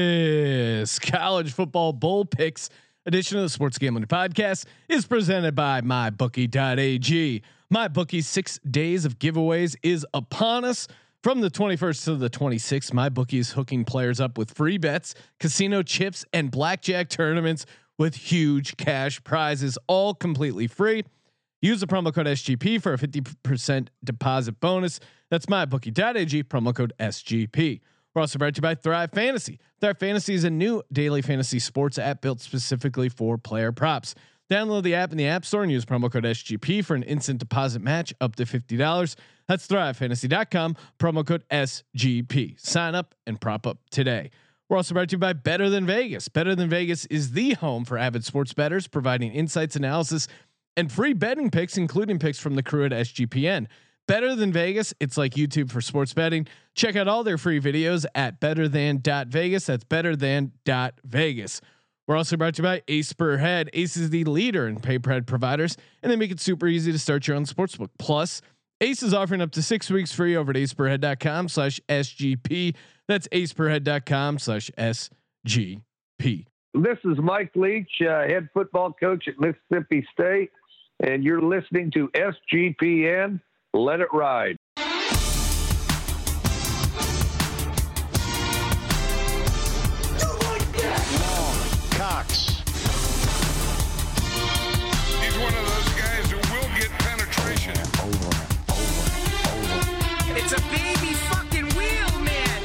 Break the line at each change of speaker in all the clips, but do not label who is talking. This college football bowl picks edition of the Sports Gambling Podcast is presented by MyBookie.ag. MyBookie's six days of giveaways is upon us. From the 21st to the 26th, MyBookie is hooking players up with free bets, casino chips, and blackjack tournaments with huge cash prizes, all completely free. Use the promo code SGP for a 50% deposit bonus. That's mybookie.ag, promo code SGP. We're also brought to you by Thrive Fantasy. Thrive Fantasy is a new daily fantasy sports app built specifically for player props. Download the app in the App Store and use promo code SGP for an instant deposit match up to $50. That's thrivefantasy.com, promo code SGP. Sign up and prop up today. We're also brought to you by Better Than Vegas. Better Than Vegas is the home for avid sports bettors, providing insights, analysis, and free betting picks, including picks from the crew at SGPN. Better than Vegas, it's like YouTube for sports betting. Check out all their free videos at betterthan.vegas. That's betterthan.vegas. We're also brought to you by Ace Per Head. Ace is the leader in PayPal providers, and they make it super easy to start your own sportsbook. Plus, Ace is offering up to six weeks free over at aceperhead.com slash SGP. That's aceperhead.com slash SGP.
This is Mike Leach, uh, head football coach at Mississippi State, and you're listening to SGPN. Let it ride.
Cox.
He's one of those guys who will get penetration.
It's a baby fucking wheel, man.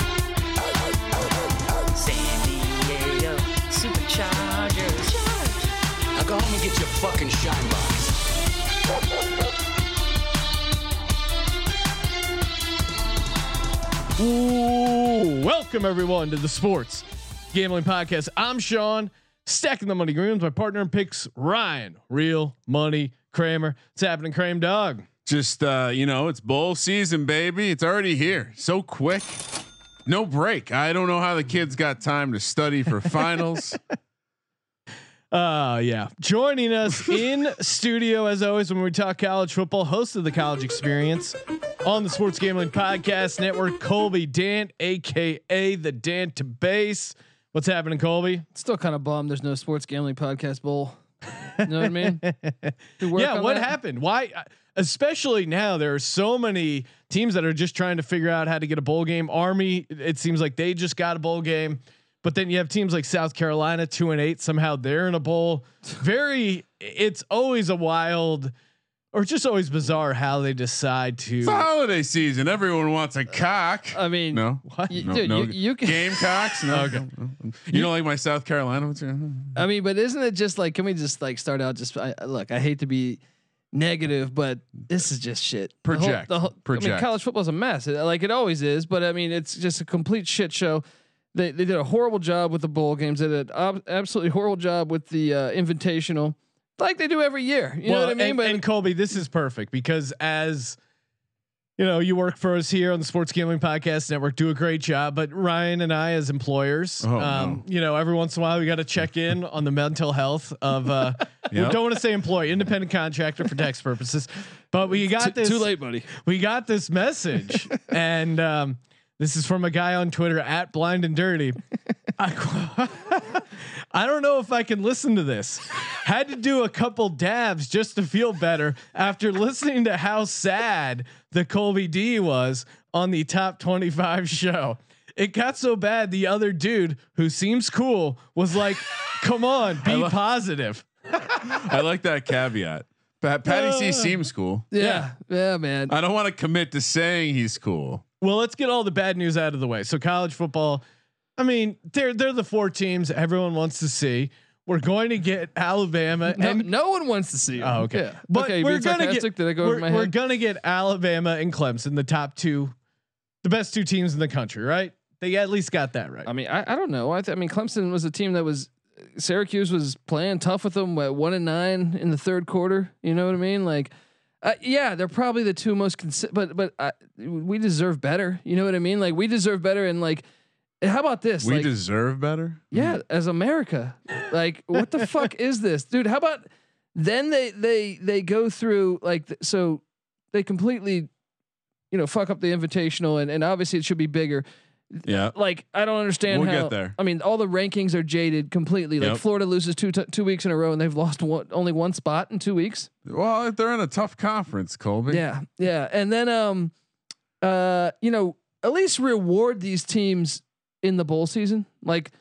San Diego Superchargers.
Now go home and get your fucking shine box.
Ooh, welcome everyone to the Sports Gambling Podcast. I'm Sean, stacking the money green with my partner in picks, Ryan. Real money Kramer. It's happening, Crame Dog.
Just uh, you know, it's bowl season, baby. It's already here. So quick. No break. I don't know how the kids got time to study for finals.
Oh yeah, joining us in studio as always when we talk college football, host of the College Experience on the Sports Gambling Podcast Network, Colby Dant, aka the Dant to Base. What's happening, Colby?
Still kind of bummed there's no sports gambling podcast bowl. You know what I mean? We work
yeah,
on
what
that.
happened? Why? uh, Especially now, there are so many teams that are just trying to figure out how to get a bowl game. Army, it seems like they just got a bowl game, but then you have teams like South Carolina, two and eight, somehow they're in a bowl. Very, it's always a wild, or just always bizarre how they decide to.
It's the holiday season. Everyone wants a cock.
Uh, I mean,
No.
You,
No,
dude,
no.
you, you can.
Gamecocks? No. You, don't like my South Carolina? What's your-
I mean, but isn't it just like? Can we just like start out? Just I, I- look, I hate to be negative, but this is just shit. The whole-
Project.
The whole, I mean,
Project.
college football's a mess, It- like it always is. But I mean, it's just a complete shit show. They they did a horrible job with the bowl games. They did an ob- absolutely horrible job with the uh, invitational, like they do every year. You know what I mean?
And,
but
and Colby, this is perfect because as you know, you work for us here on the Sports Gambling Podcast Network, do a great job. But Ryan and I, as employers,
Oh,
um, you know, every once in a while we got to check in on the mental health of. Uh,
Yep.
We don't want to say employee, independent contractor for tax purposes, but we got
too,
this
too late, buddy.
we got this message, and um, this is from a guy on Twitter at Blind and Dirty. I, I don't know if I can listen to this. Had to do a couple dabs just to feel better after listening to how sad the Colby D was on the top 25 show. It got so bad the other dude who seems cool was like, "Come on, be
lo-
positive."
I like that caveat. Pat, Patty C seems cool.
Uh, Yeah, yeah, man.
Uh,
I don't want to commit to saying he's cool.
Well, let's get all the bad news out of the way. So college football, I mean, they're they're the four teams everyone wants to see. We're going to get Alabama
No,
and
no one wants to see. Him.
Oh, okay.
Yeah.
But
okay,
we're
being
gonna
sarcastic,
get
Did I go
we're,
over my
we're
head?
gonna get Alabama and Clemson, the top two, the best two teams in the country, right? They at least got that right.
I mean, I, I don't know. I, th- I mean, Clemson was a team that was Syracuse was playing tough with them at one and nine in the third quarter. You know what I mean? Like, uh, yeah, they're probably the two most consi- but but I, we deserve better. You know what I mean? Like we deserve better. And like, how about this?
We
like,
deserve better.
yeah, as America. Like, what the fuck is this, dude? How about then they they they go through like th- so they completely, you know, fuck up the invitational and and obviously it should be bigger.
Yeah.
Like I don't understand
We'll
how.
get there.
I mean, all the rankings are jaded completely. Like
Yep.
Florida loses two t- two weeks in a row, and they've lost one, only one spot in two weeks.
Well, they're in a tough conference, Colby.
Yeah, yeah. And then um uh you know, at least reward these teams in the bowl season. Like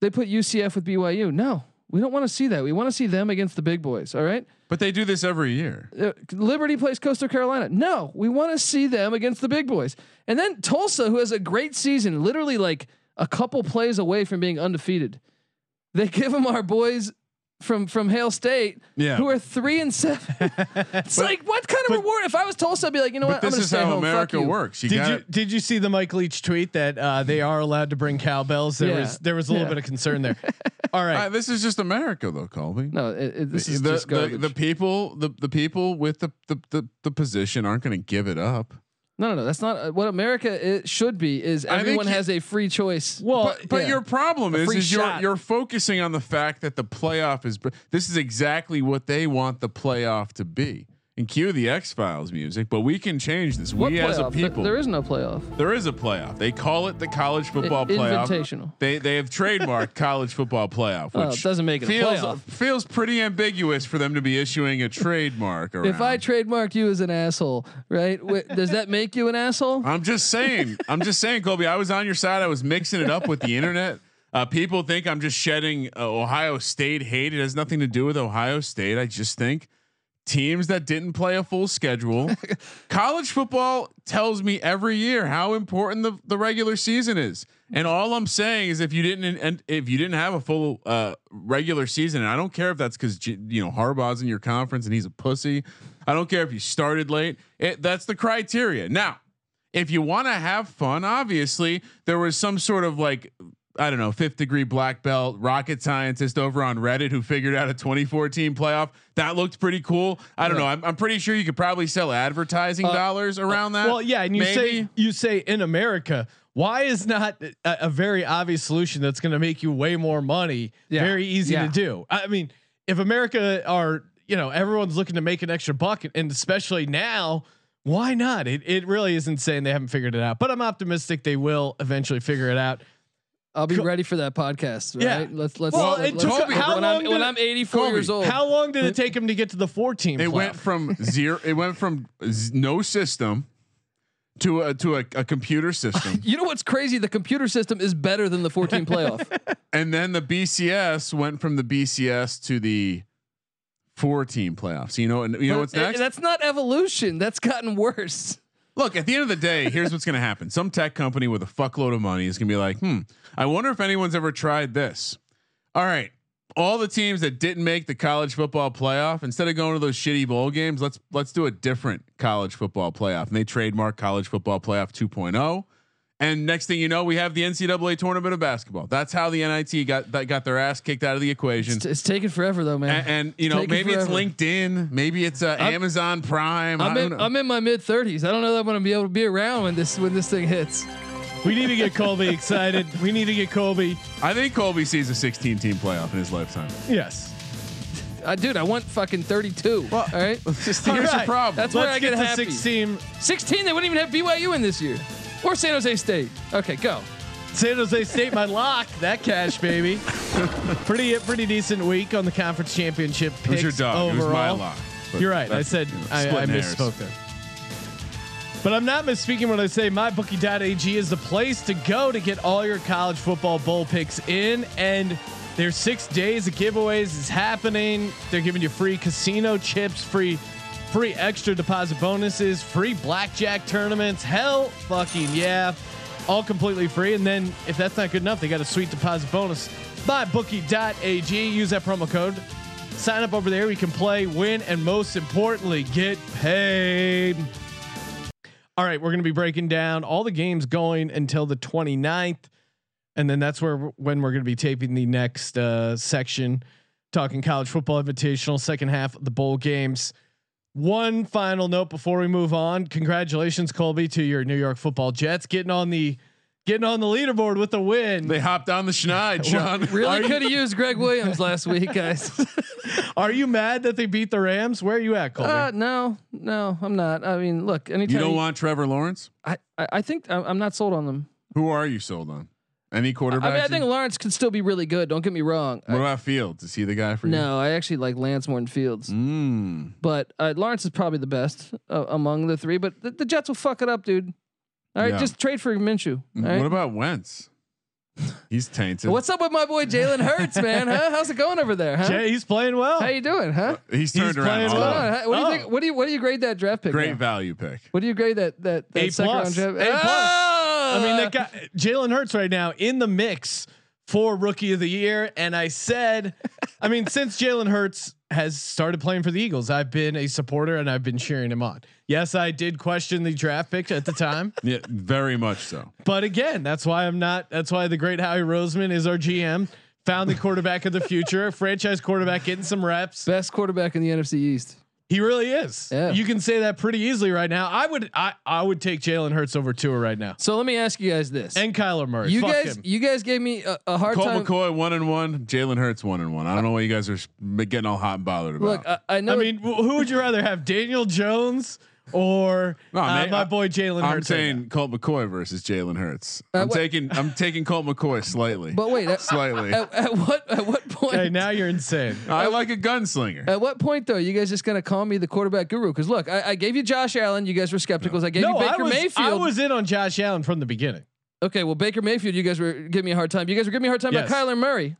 they put UCF with BYU. No, we don't want to see that. We want to see them against the big boys, all right?
But they do this every year.
Uh, Liberty plays Coastal Carolina. No, we want to see them against the big boys. And then Tulsa who has a great season, literally like a couple plays away from being undefeated. They give them our boys from from Hale State,
Yeah.
who are three and seven. It's like what kind of reward? If I was Tulsa, I'd be like, you know what?
But this
I'm gonna
is
stay
how
home.
America
Fuck you.
works. You
Did
got
you did you see the Mike Leach tweet that uh, they are allowed to bring cowbells? There
Yeah.
was there was a little
Yeah.
bit of concern there. All right,
this is just America, though, Colby.
No, it, it, this
the,
is
the,
just garbage.
the people the, the people with the, the the the position aren't going to give it up.
no, no, no. That's not uh, what America it should be. Is
think
everyone
you-
has a free choice?
Well,
But, but
yeah.
your problem
A
is
free
is you're
shot.
you're focusing on the fact that the playoff is. br- This is exactly what they want the playoff to be. And cue the X Files music, but we can change this.
What
we as a
playoff? There-
people,
there is no playoff.
there is a playoff. They call it the college football
I-
playoff.
Invitational.
They they have trademarked college football playoff,
Oh,
which
it doesn't make it a
feels
playoff.
feels pretty ambiguous for them to be issuing a trademark. Around.
If I trademark you as an asshole, right? Wh- does that make you an asshole?
I'm just saying. I'm just saying, Colby. I was on your side. I was mixing it up with the internet. Uh, people think I'm just shedding uh, Ohio State hate. It has nothing to do with Ohio State. I just think teams that didn't play a full schedule. college football tells me every year how important the, the regular season is. And all I'm saying is if you didn't and if you didn't have a full uh, regular season, and I don't care if that's because you know Harbaugh's in your conference and he's a pussy. I don't care if you started late. It, that's the criteria. Now, if you want to have fun, obviously there was some sort of like I don't know fifth degree black belt rocket scientist over on Reddit who figured out a 2014 playoff that looked pretty cool. I don't know. I'm, I'm pretty sure you could probably sell advertising dollars around that.
Uh, well, yeah, and you say
Uh, maybe.
you say in America, why is not a, a very obvious solution that's going to make you way more money
Yeah.
very easy
Yeah.
to do? I mean, if America are you know everyone's looking to make an extra buck, and especially now. Why not? It, it really is insane. They haven't figured it out, but I'm optimistic they will eventually figure it out.
I'll be ready for that podcast. Right?
Yeah.
Let's let's.
Well,
let's-
it took-
let's-
how long
when I'm,
did
when
it-
I'm 84
Kobe,
years old.
How long did it take them to get to the four team?
It went from zero. It went from z- no system to a to a, a computer system,
You know what's crazy? The computer system is better than the 14 playoff.
and then the BCS went from the BCS to the four team playoffs. You know, and you know what's
But it-
next.
That's not evolution. That's gotten worse.
Look, at the end of the day, here's what's going to happen. Some tech company with a fuckload of money is going to be like, hmm, I wonder if anyone's ever tried this. All right. All the teams that didn't make the college football playoff, instead of going to those shitty bowl games, let's let's do a different college football playoff. And they trademark college football playoff 2.0. And next thing you know, we have the NCAA tournament of basketball. That's how the NIT got that got their ass kicked out of the equation.
It's, it's taken forever though, man.
And, and, you know,
taking
maybe it's
forever.
LinkedIn, maybe it's uh, Amazon Prime. I
I'm
don't
in,
know.
I'm in my mid 30s. I don't know that I'm going to be able to be around when this when this thing hits.
We need to get Colby excited. We need to get Colby.
I think Colby sees a 16 team playoff in his lifetime.
Yes.
I, dude, I want fucking 32. all right,
Here's the
right.
problem.
That's where
Let's
I
get,
get
to
happy.
16.
16. They wouldn't even have BYU in this year, or San Jose State. Okay, go.
San Jose State, my lock. That cash, baby. pretty pretty decent week on the conference championship picks
it was your dog.
overall.
It was my lock. But
You're right. I
that's,
said
you know,
I, I
splitting hairs.
misspoke there. But I'm not misspeaking when I say mybookie.ag is the place to go to get all your college football bowl picks in. And their six days of giveaways is happening. They're giving you free casino chips, free free extra deposit bonuses, free blackjack tournaments. Hell fucking yeah. All completely free. And then if that's not good enough, they got a sweet deposit bonus. Mybookie.ag. Use that promo code. Sign up over there. We can play, win, and most importantly, get paid. All right, we're going to be breaking down all the games going until the 29th. And then that's where when we're going to be taping the next uh, section, talking college football invitational, second half of the bowl games. One final note before we move on. Congratulations, Colby, to your New York football Jets getting on the getting on the leaderboard with a win.
They hopped on the schneid, John.
Really could have used Greg Williams last week, guys.
Are you mad that they beat the Rams? Where are you at, Colby?
Uh, no, no, I'm not. I mean, look, anytime
You don't want Trevor Lawrence?
I, I, I think I- I'm not sold on them.
Who are you sold on? Any quarterback?
I mean, I think Lawrence could still be really good. Don't get me wrong.
what about Fields? Is he the guy for you?
No, I actually like Lance more than Fields,
Mm.
but uh, Lawrence is probably the best uh, among the three. But the, the Jets will fuck it up, dude. All right,
Yeah. Mm,
just trade for Minshew. all right?
What about Wentz? He's tainted.
What's up with my boy Jalen Hurts, man? Huh? How's it going over there? Huh?
Jay, he's playing well.
How you doing? Huh?
He's
He's turned around.
playing
all
What's going
well.
up.
on? Huh? What do you
Oh.
think? What do you What do you grade that draft pick?
Great
now?
value pick.
What do you grade that that, that
A
second
plus.
round
A
draft?
plus.
Oh!
I mean, that guy Jalen Hurts right now in the mix for rookie of the year. And I said, I mean, since Jalen Hurts has started playing for the Eagles, I've been a supporter and I've been cheering him on. Yes, I did question the draft pick at the time,
Yeah, very much so.
but again, that's why I'm not. That's why the great Howie Roseman is our GM. Found the quarterback of the future, franchise quarterback, getting some reps.
best quarterback in the NFC East.
He really is.
Yeah.
You can say that pretty easily right now. I would. I I would take Jalen Hurts over Tua right now,
So let me ask you guys this:
and Kyler Murray.
you
Fuck
guys,
him.
you guys gave me a, a hard
Colt
time.
McCoy one and one. Jalen Hurts one and one. I don't know why you guys are s- getting all hot and bothered about.
Look, uh, I, I know.
I mean, wh- who would you rather have, Daniel Jones or
No,
uh,
man,
my
I-
boy Jalen
I'm
Hurts? right
saying Colt McCoy versus Jalen Hurts.
Uh,
I'm
what-
taking I'm taking Colt McCoy slightly.
but wait, at,
slightly.
at, at what at what point?
now. Hey, now you're insane.
I like a gunslinger.
At what point though, you guys just gonna call me the quarterback guru? Because look, I, I gave you Josh Allen. You guys were skepticals. I gave
no,
you Baker
I was
Mayfield.
I was in on Josh Allen from the beginning.
okay, well Baker Mayfield, you guys were giving me a hard time. You guys were giving me a hard time
Yes.
about Kyler Murray,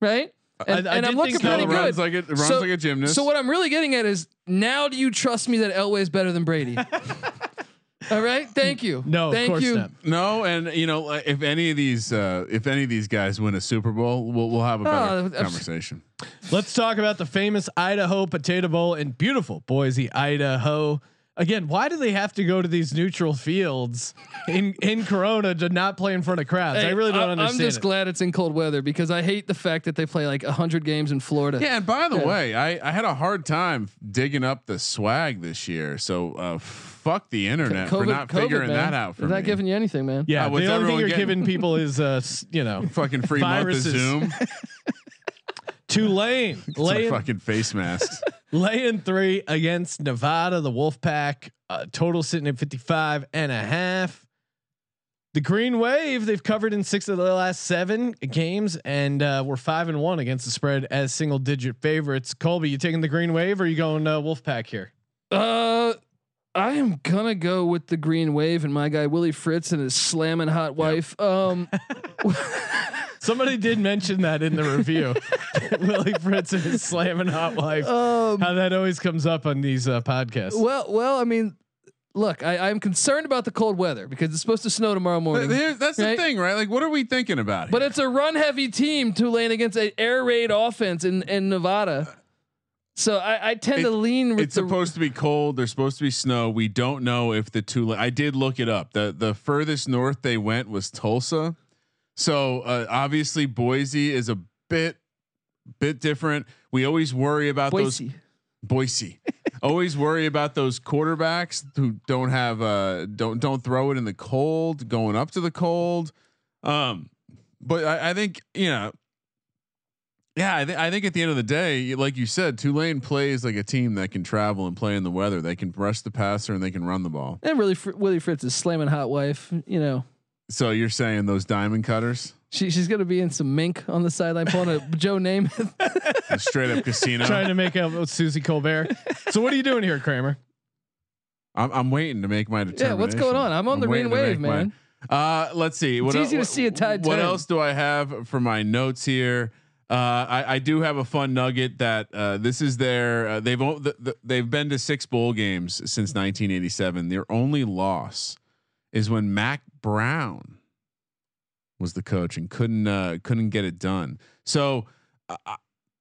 right? And,
I
and I'm
did
looking
think so.
pretty
Kyler
Still
good.
runs like a runs
So-
like a gymnast.
So what I'm really getting at is now do you trust me that Elway is better than Brady? All right, thank you.
No,
thank
of course
you.
not.
No, and you know like, if any of these uh, if any of these guys win a Super Bowl, we'll we'll have a
Oh,
better
that's-
conversation.
Let's talk about the famous Idaho Potato Bowl in beautiful Boise, Idaho. Again, why do they have to go to these neutral fields in in Corona to not play in front of crowds? I
Hey,
really don't
I'm-
understand.
I'm just
it.
glad it's in cold weather because I hate the fact that they play like 100 games in Florida.
Yeah, and by the
Yeah.
way, I, I had a hard time digging up the swag this year. So uh, fuck the internet for not figuring
man.
that out for
They're
me.
not giving you anything, man.
Yeah,
Uh,
the
what's
only thing
everyone
you're
getting?
giving people is uh, s- you know,
fucking free
Viruses.
month of Zoom.
Tulane
It's
laying
fucking face masks.
laying three against Nevada, the Wolfpack. Uh, total sitting at 55 and a half. The Green Wave, they've covered in six of the last seven games, and uh, we're five and one against the spread as single digit favorites. Colby, you taking the Green Wave or you going uh, Wolfpack here?
Uh, I am gonna go with the green wave and my guy Willie Fritz and his slamming hot wife. Um,
Somebody did mention that in the review. Willie Fritz and his slamming hot wife.
um,
How that always comes up on these uh, podcasts.
well, well, I mean, look, I, I'm concerned about the cold weather because it's supposed to snow tomorrow
But
morning.
here- that's the
Right?
thing, right? Like, what are we thinking about?
But
here?
it's a run heavy team, Tulane against an air raid offense in, in Nevada. So I, I tend
It-
to lean with
it's
the
supposed to be cold. There's supposed to be snow. We don't know if the two. I did look it up. the The furthest north they went was Tulsa. So uh, obviously Boise is a bit, bit different. We always worry about those
Boise.
Boise. Always worry about those quarterbacks who don't have uh don't don't throw it in the cold, going up to the cold. Um, but I, I think you know, yeah, I, th- I think at the end of the day, like you said, Tulane plays like a team that can travel and play in the weather. They can rush the passer and they can run the ball.
And really, Fr- Willie Fritz is slamming hot wife. You know,
So you're saying those diamond cutters,
she, she's gonna be in some mink on the sideline pulling a Joe Namath.
the straight
Trying
up casino.
to make up with Susie Colbert. So what are you doing here, Kramer?
I'm, I'm waiting to make my
yeah,
determination.
what's going on? I'm on the
waiting
green
to
wave,
make my-
man.
Uh, let's see. What
easy to see a tide
What
turn.
else do I have for my notes here? Uh, I, I do have a fun nugget that uh, this is their uh, they've o- th- th- they've been to six bowl games since 1987. Their only loss is when Mac Brown was the coach and couldn't uh, couldn't get it done. So, uh, I-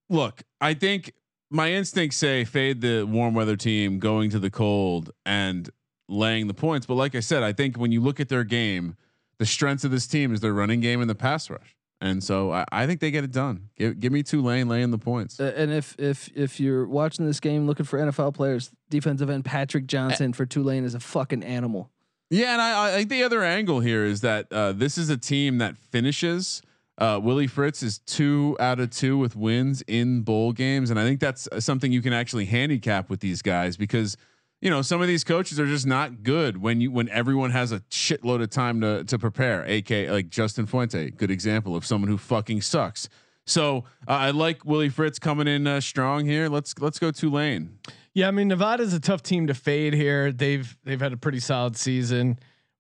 look, I think my instincts say fade the warm weather team going to the cold and laying the points. But like I said, I think when you look at their game, the strengths of this team is their running game and the pass rush. And so I, I think they get it done. Give, give me Tulane laying the points.
Uh, and if if if you're watching this game looking for NFL players, defensive end Patrick Johnson for Tulane is a fucking animal.
Yeah, and I, I think the other angle here is that uh, this is a team that finishes. Uh, Willie Fritz is two out of two with wins in bowl games, and I think that's uh, something you can actually handicap with these guys because you know, some of these coaches are just not good when you when everyone has a shitload of time to to prepare. AK like Justin Fuente, good example of someone who fucking sucks. So uh, I like Willie Fritz coming in uh, strong here. Let's let's go Tulane.
Yeah, I mean Nevada's a tough team to fade here. They've they've had a pretty solid season,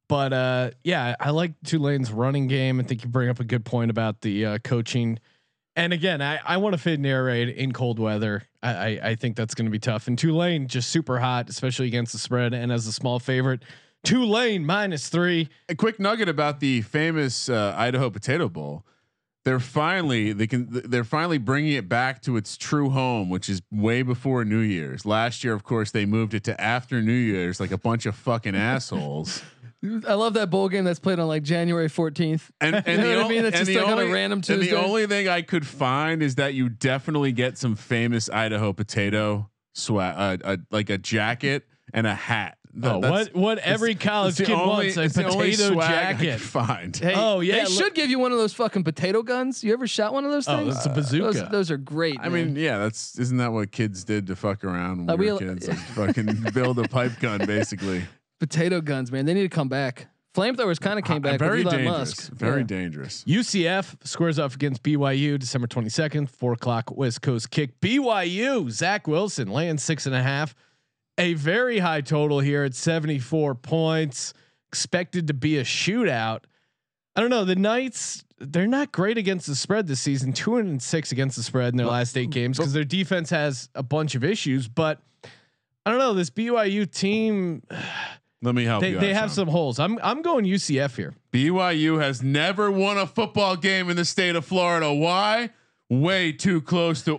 but uh, yeah, I like Tulane's running game. I think you bring up a good point about the uh, coaching. And again, I, I want to fade and air raid in cold weather. I, I, I think that's going to be tough. And Tulane just super hot, especially against the spread and as a small favorite. Tulane minus three.
A quick nugget about the famous uh, Idaho Potato Bowl. They're finally they can they're finally bringing it back to its true home, which is way before New Year's. Last year, of course, they moved it to after New Year's, like a bunch of fucking assholes.
I love that bowl game that's played on like January 14th.
And, and
You know
the
what I
o-
mean? That's
and
just
the
like on a random
And
Tuesday.
the only thing I could find is that you definitely get some famous Idaho potato swag, uh, uh, like a jacket and a hat. Th-
Oh,
that's-
what what every college
it's the
kid
only-
wants a
it's the only
potato
swag I could
jacket.
find.
Hey,
Oh, yeah,
they
look-
should give you one of those fucking potato guns. You ever shot one of those
Oh,
things?
it's a
Uh,
bazooka.
Those, those are great.
I mean, yeah, that's isn't that what kids did to fuck around when
Uh,
we were
we-
kids? Like fucking build a pipe gun, basically.
potato guns, man. They need to come back. Flamethrowers kind of came back.
Uh, Very
with Elon
dangerous.
Musk.
Very
Yeah.
dangerous.
UCF squares off against BYU December 22nd, four o'clock West Coast kick. BYU, Zach Wilson laying six and a half. A very high total here at 74 points. Expected to be a shootout. I don't know. The Knights, they're not great against the spread this season, two and six against the spread in their last eight games because their defense has a bunch of issues. But I don't know. This BYU team,
Let me help
they,
you.
they
out,
have
Sean.
some holes. I'm I'm going UCF here.
BYU has never won a football game in the state of Florida. Why? Way too close to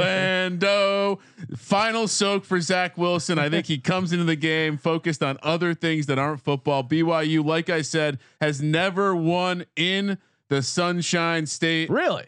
Orlando. Final soak for Zach Wilson. I think he comes into the game focused on other things that aren't football. BYU, like I said, has never won in the Sunshine State.
Really?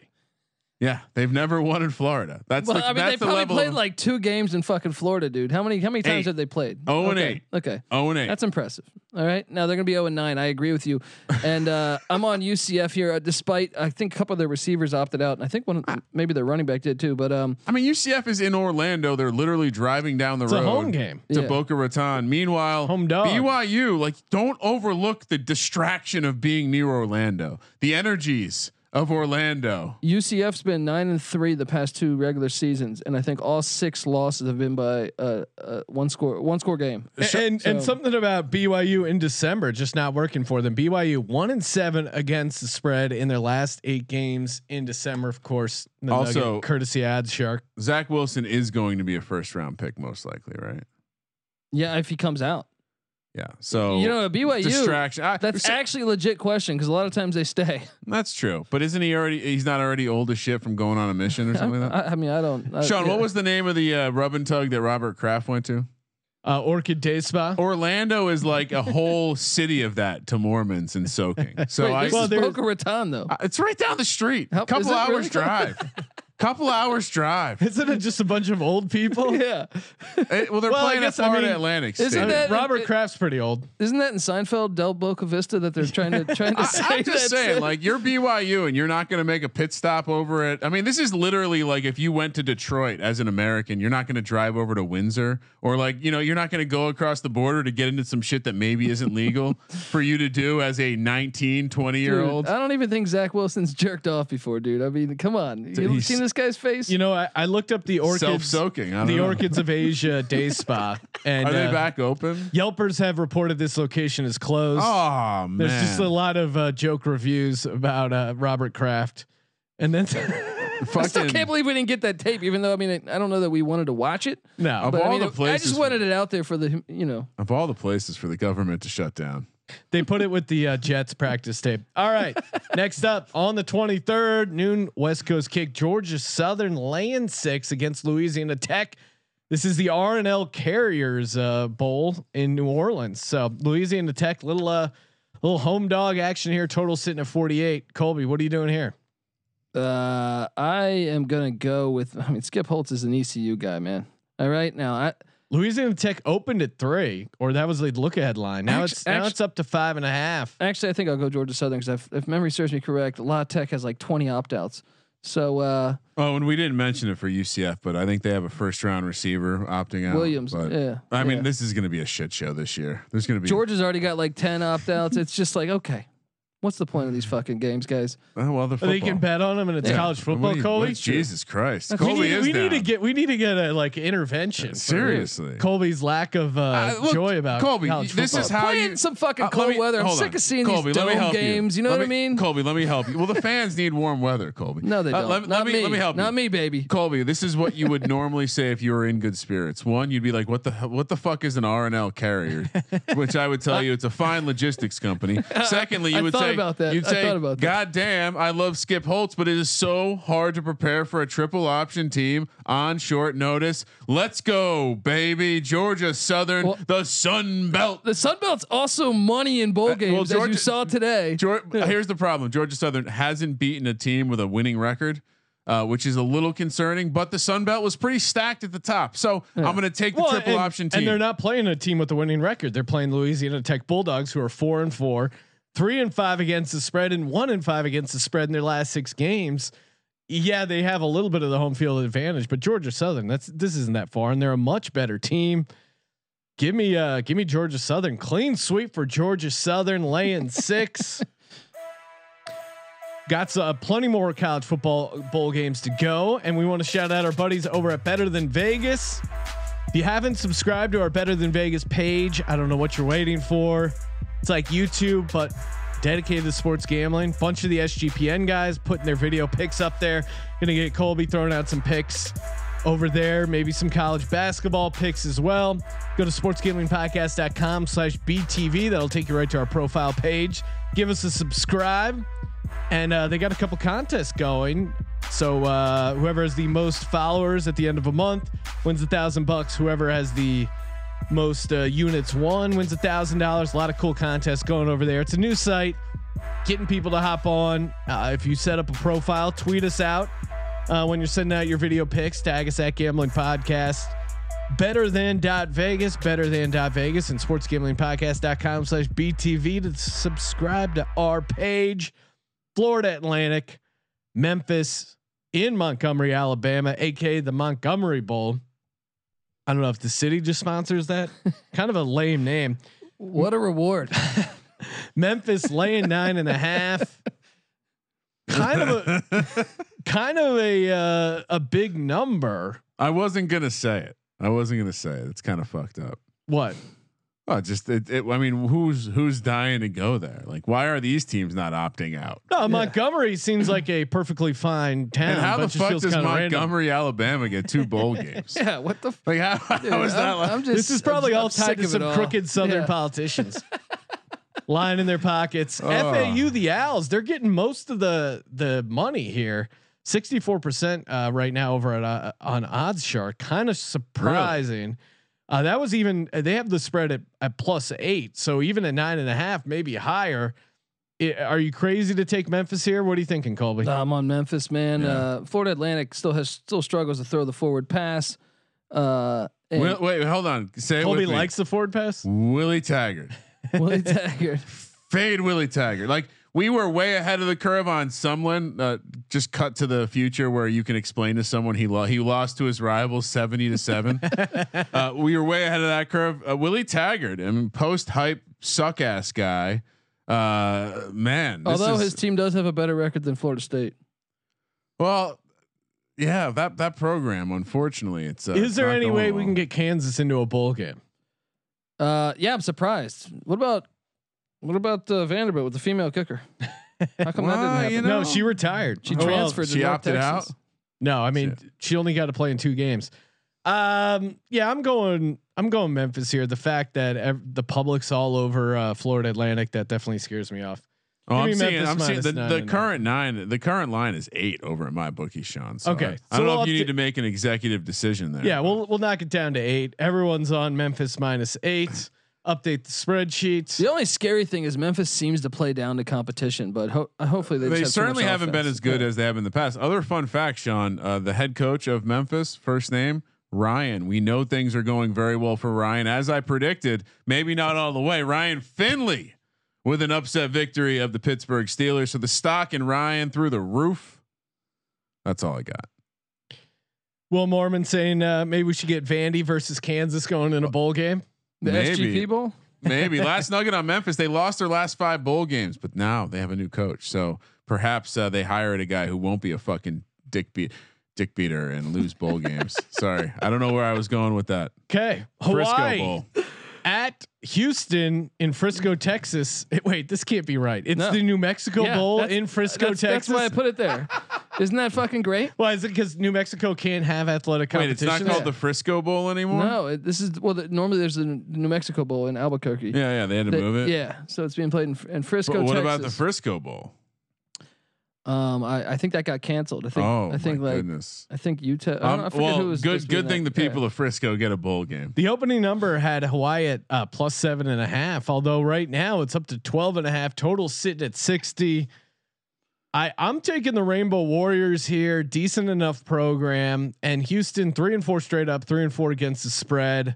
Yeah, they've never won in Florida. That's
Well,
the,
I mean,
that's
they
the
probably
level.
played
of-
like two games in fucking Florida, dude. How many how many
Eight.
times have they played?
Oh, and
okay.
eight.
Okay.
oh and eight.
That's impressive. All right. Now they're going to be 0 and 9. I agree with you. And uh, I'm on UCF here, uh, despite I think a couple of their receivers opted out. And I think one,
Ah.
of- maybe their running back did too. But um,
I mean, UCF is in Orlando. They're literally driving down the
It's
road.
a home game.
to
Yeah.
Boca Raton. Meanwhile,
Home dog.
BYU, like, don't overlook the distraction of being near Orlando, the energies of Orlando.
UCF's been 9 and 3 the past two regular seasons. And I think all six losses have been by uh, uh, one score, one score game.
A- and and
so-
something about BYU in December just not working for them. BYU one and seven against the spread in their last eight games in December. Of course, the
Also-
Nugget, courtesy ads shark.
Zach Wilson is going to be a first round pick, most likely, right?
Yeah. If he comes out,
Yeah. So
you know, at BYU,
distraction. I-
that's
so-
actually a legit question because a lot of times they stay.
that's true. But isn't he already? He's not already old as shit from going on a mission or something like that.
I, I mean, I don't. I,
Sean,
Uh, yeah.
what was the name of the uh, rub and tug that Robert Kraft went to?
Uh, Orchid Day Spa.
Orlando is like a whole city of that to Mormons and soaking. So
Wait,
I,
this
Well,
is
there's-
Boca Raton though.
Uh, It's right down the street.
How- is
couple
it
hours
really?
drive. couple hours drive.
Isn't it just a bunch of old people?
yeah,
Eh, well, they're
Well, I
playing at
guess, I
Florida
mean,
Atlantic.
isn't
Stadium.
that-
Robert
it-
Kraft's pretty old.
isn't that in Seinfeld Del Boca Vista that they're trying to trying to say?
I, am just
that's
saying,
it?
like you're BYU and you're not going to make a pit stop over it. I mean, this is literally like if you went to Detroit as an American, you're not going to drive over to Windsor or like you know you're not going to go across the border to get into some shit that maybe isn't legal for you to do as a 19, 20 year
Dude, uh,
old.
I don't even think Zach Wilson's jerked off before, dude. I mean, come on. You
he's-
seen this guy's face?
You know, I, I looked up the orchids,
Self-soaking, I don't
the
know.
orchids of Asia Day Spa, and
Are they
uh,
back open?
Yelpers have reported this location is closed.
Oh man,
There's just a lot of uh, joke reviews about uh, Robert Kraft, and then
I still
Fucking-
can't believe we didn't get that tape, even though I mean, I don't know that we wanted to watch it.
no,
But I
all
mean,
the
it- I
places-
just wanted it out there for the you know.
of all the places for the government to shut down.
They put it with the uh, Jets practice tape. All right. Next up on the 23rd, noon West Coast kick, Georgia Southern laying six against Louisiana Tech. This is the R and L Carriers uh, Bowl in New Orleans. So Louisiana Tech, little uh, little home dog action here. Total sitting at 48. Colby, what are you doing here?
Uh, I am gonna go with. I mean, Skip Holtz is an ECU guy, man. All right, now I
Louisiana Tech opened at three, or that was the look ahead line. Now
Actu-
it's now
actu-
it's up to five and a half.
Actually, I think I'll go Georgia Southern because if, if memory serves me correct, La Tech has like 20 opt outs. So uh,
Oh, and we didn't mention it for UCF, but I think they have a first round receiver opting out.
Williams,
but-
yeah,
I mean,
yeah.
this is going to be a shit show this year. There's going to be
Georgia's already got like ten opt outs. It's just like okay, what's the point of these fucking games, guys?
Oh, well, the
But They can bet on them, and it's
Yeah.
college
What
football,
do you-
Colby.
what- Jesus Christ,
That's-
we
Colby
need,
is
we need to
down.
get we need to get a like intervention.
seriously.
Colby's lack of uh,
Uh, look,
joy about
Colby,
college
this
football.
is how
Play
you-
in some fucking
Uh, let
cold
me-
weather. I'm
hold
sick
on.
of seeing
Colby,
these
let me
dome
help
games. You, know
Let
what
me-
I mean?
Colby, let me help you. Well, the fans need warm weather, Colby.
No, they
Uh,
don't.
let,
not
let me, let me help
Not
you.
me, baby.
Colby, this is what you would normally say if you were in good spirits. One, you'd be like, "What the hell- what the fuck is an R and L carrier?" Which I would tell you, it's a fine logistics company. Secondly, you
I
would
thought
say,
about that.
"You'd
I
say,
thought about that.
God damn, I love Skip Holtz, but it is so hard to prepare for a triple option team on short notice. Let's go, baby, Georgia Southern,
Well-
the Sun Belt."
The Sun Belt's also money in bowl
Uh, well,
games, as you
Georgia-
saw today.
Geor- Here's the problem: Georgia Southern hasn't beaten a team with a winning record, uh, which is a little concerning. But the Sun Belt was pretty stacked at the top, so I'm going to take the
Well,
triple
and,
option
and
team.
they're not playing a team with a winning record. They're playing Louisiana Tech Bulldogs, who are four and four, three and five against the spread, and one and five against the spread in their last six games. Yeah, they have a little bit of the home field advantage, but Georgia Southern, that's this isn't that far, and they're a much better team. Give me uh give me Georgia Southern. Clean sweep for Georgia Southern, laying six. Got uh, plenty more college football bowl games to go, and we want to shout out our buddies over at Better Than Vegas. If you haven't subscribed to our Better Than Vegas page, I don't know what you're waiting for. It's like YouTube, but dedicated to sports gambling. Bunch of the SGPN guys putting their video picks up there. Gonna get Colby throwing out some picks over there, maybe some college basketball picks as well. Go to sportsgamblingpodcast.com slash BTV. That'll take you right to our profile page. Give us a subscribe and uh, they got a couple contests going. So uh, whoever has the most followers at the end of a month wins a thousand bucks. Whoever has the most uh, units won wins a thousand dollars. A lot of cool contests going over there. It's a new site, getting people to hop on. Uh, if you set up a profile, tweet us out uh, when you're sending out your video picks. Tag us at Gambling Podcast. Better than dot Vegas, better than dot Vegas, and sportsgamblingpodcast.com slash BTV to subscribe to our page. Florida Atlantic, Memphis in Montgomery, Alabama, aka the Montgomery Bowl. I don't know if the city just sponsors that. kind of a lame name.
What a reward.
Memphis laying nine and a half. Kind of a kind of a uh, a big number.
I wasn't going to say it. I wasn't going to say it. It's kind of fucked up.
What?
Well, just it, it, I mean, who's who's dying to go there? Like, why are these teams not opting out?
No, Montgomery seems like a perfectly fine town.
And how
but
the
just
fuck
feels
does
kinda random.
Montgomery, Alabama, get two bowl games?
yeah, what the f-
Like, how,
dude,
how is that?
I'm,
like,
I'm just,
This is probably
I'm-
all
I'm
tied
sick
to
of
some
it all.
crooked Southern
Yeah.
politicians lying in their pockets. FAU, the Owls, they're getting most of the the money here. Sixty four percent right now over at uh, on Odds Shark. Kind of surprising. Uh, that was even they have the spread at, at plus eight, so even at nine and a half, maybe higher. I- are you crazy to take Memphis here? What are you thinking, Colby?
Nah, I'm on Memphis, man.
Yeah.
Uh, Florida Atlantic still has still struggles to throw the forward pass. Uh, and
wait, wait, hold on. Say it
Colby
with me.
likes the Ford pass.
Willie Taggart.
Willie Taggart.
fade Willie Taggart. Like we were way ahead of the curve on someone. Uh, just cut to the future where you can explain to someone he lo- he lost to his rival seventy to seven. uh, we were way ahead of that curve. Uh, Willie Taggart, I mean, post hype suck ass guy. Uh, man, this
Although
is-
his team does have a better record than Florida State.
well, yeah, that that program. Unfortunately, it's uh,
Is
it's
there
not
any
going
way we
well.
can get Kansas into a bowl game?
Uh, yeah, I'm surprised. What about what about uh, Vanderbilt with the female kicker? How come that didn't
Well,
happen?
you know-
No, she retired.
She
Oh, well,
transferred to
she
North
opted
Texas.
out?
No, I mean she only got to play in two games. Um, yeah, I'm going. I'm going Memphis here. The fact that ev- the public's all over uh, Florida Atlantic that definitely scares me off.
Oh, I'm
Give me
seeing.
Memphis
I'm seeing
minus
the,
nine
the
and a half.
current nine. The current line is eight over at my bookie, Sean. So
Okay,
I,
so
I don't
we'll
know if you
have
need
to-
to make an executive decision there.
Yeah,
but-
we'll we'll knock it down to eight. Everyone's on Memphis minus eight. Update the spreadsheets.
The only scary thing is Memphis seems to play down to competition, but ho- hopefully they,
they,
just have too
certainly
much
haven't been
offense.
as good as they have in the past. Other fun fact, Sean, uh, the head coach of Memphis, first name Ryan. We know things are going very well for Ryan, as I predicted. Maybe not all the way. Ryan Finley with an upset victory of the Pittsburgh Steelers. So the stock in Ryan through the roof. That's all I got.
Will Mormon saying uh, maybe we should get Vandy versus Kansas going in a bowl game.
The
Maybe.
SGP Bowl.
Maybe last nugget on Memphis. They lost their last five bowl games, but now they have a new coach. So perhaps uh, they hired a guy who won't be a fucking dick beat, dick beater and lose bowl games. Sorry, I don't know where I was going with that.
Okay,
Frisco
Hawaii
Bowl.
at Houston in Frisco, Texas. Eh, Wait, this can't be right. It's
No.
the New Mexico
Yeah,
Bowl
that's-
in Frisco,
that's,
Texas.
That's why I put it there. Isn't that fucking great?
Why is it because New Mexico can't have athletic
Wait, it's
competition?
not called the Frisco Bowl anymore.
No, it, this is well. The, normally, there's the New Mexico Bowl in Albuquerque.
Yeah, yeah, they had to
That-
move it.
Yeah, so it's being played in, Fr- in Frisco.
But what
Texas.
about the Frisco Bowl?
Um, I, I think that got canceled. I think.
oh,
I think
my
like
goodness.
I think Utah. I,
Um,
don't, I forget
well,
who was
good
supposed to be in
good thing the
that.
people
Yeah.
of Frisco get a bowl game.
The opening number had Hawaii at uh, plus seven and a half, although right now it's up to 12 and a half total sitting at 60. I I'm taking the rainbow warriors here. Decent enough program and Houston three and four straight up three and four against the spread.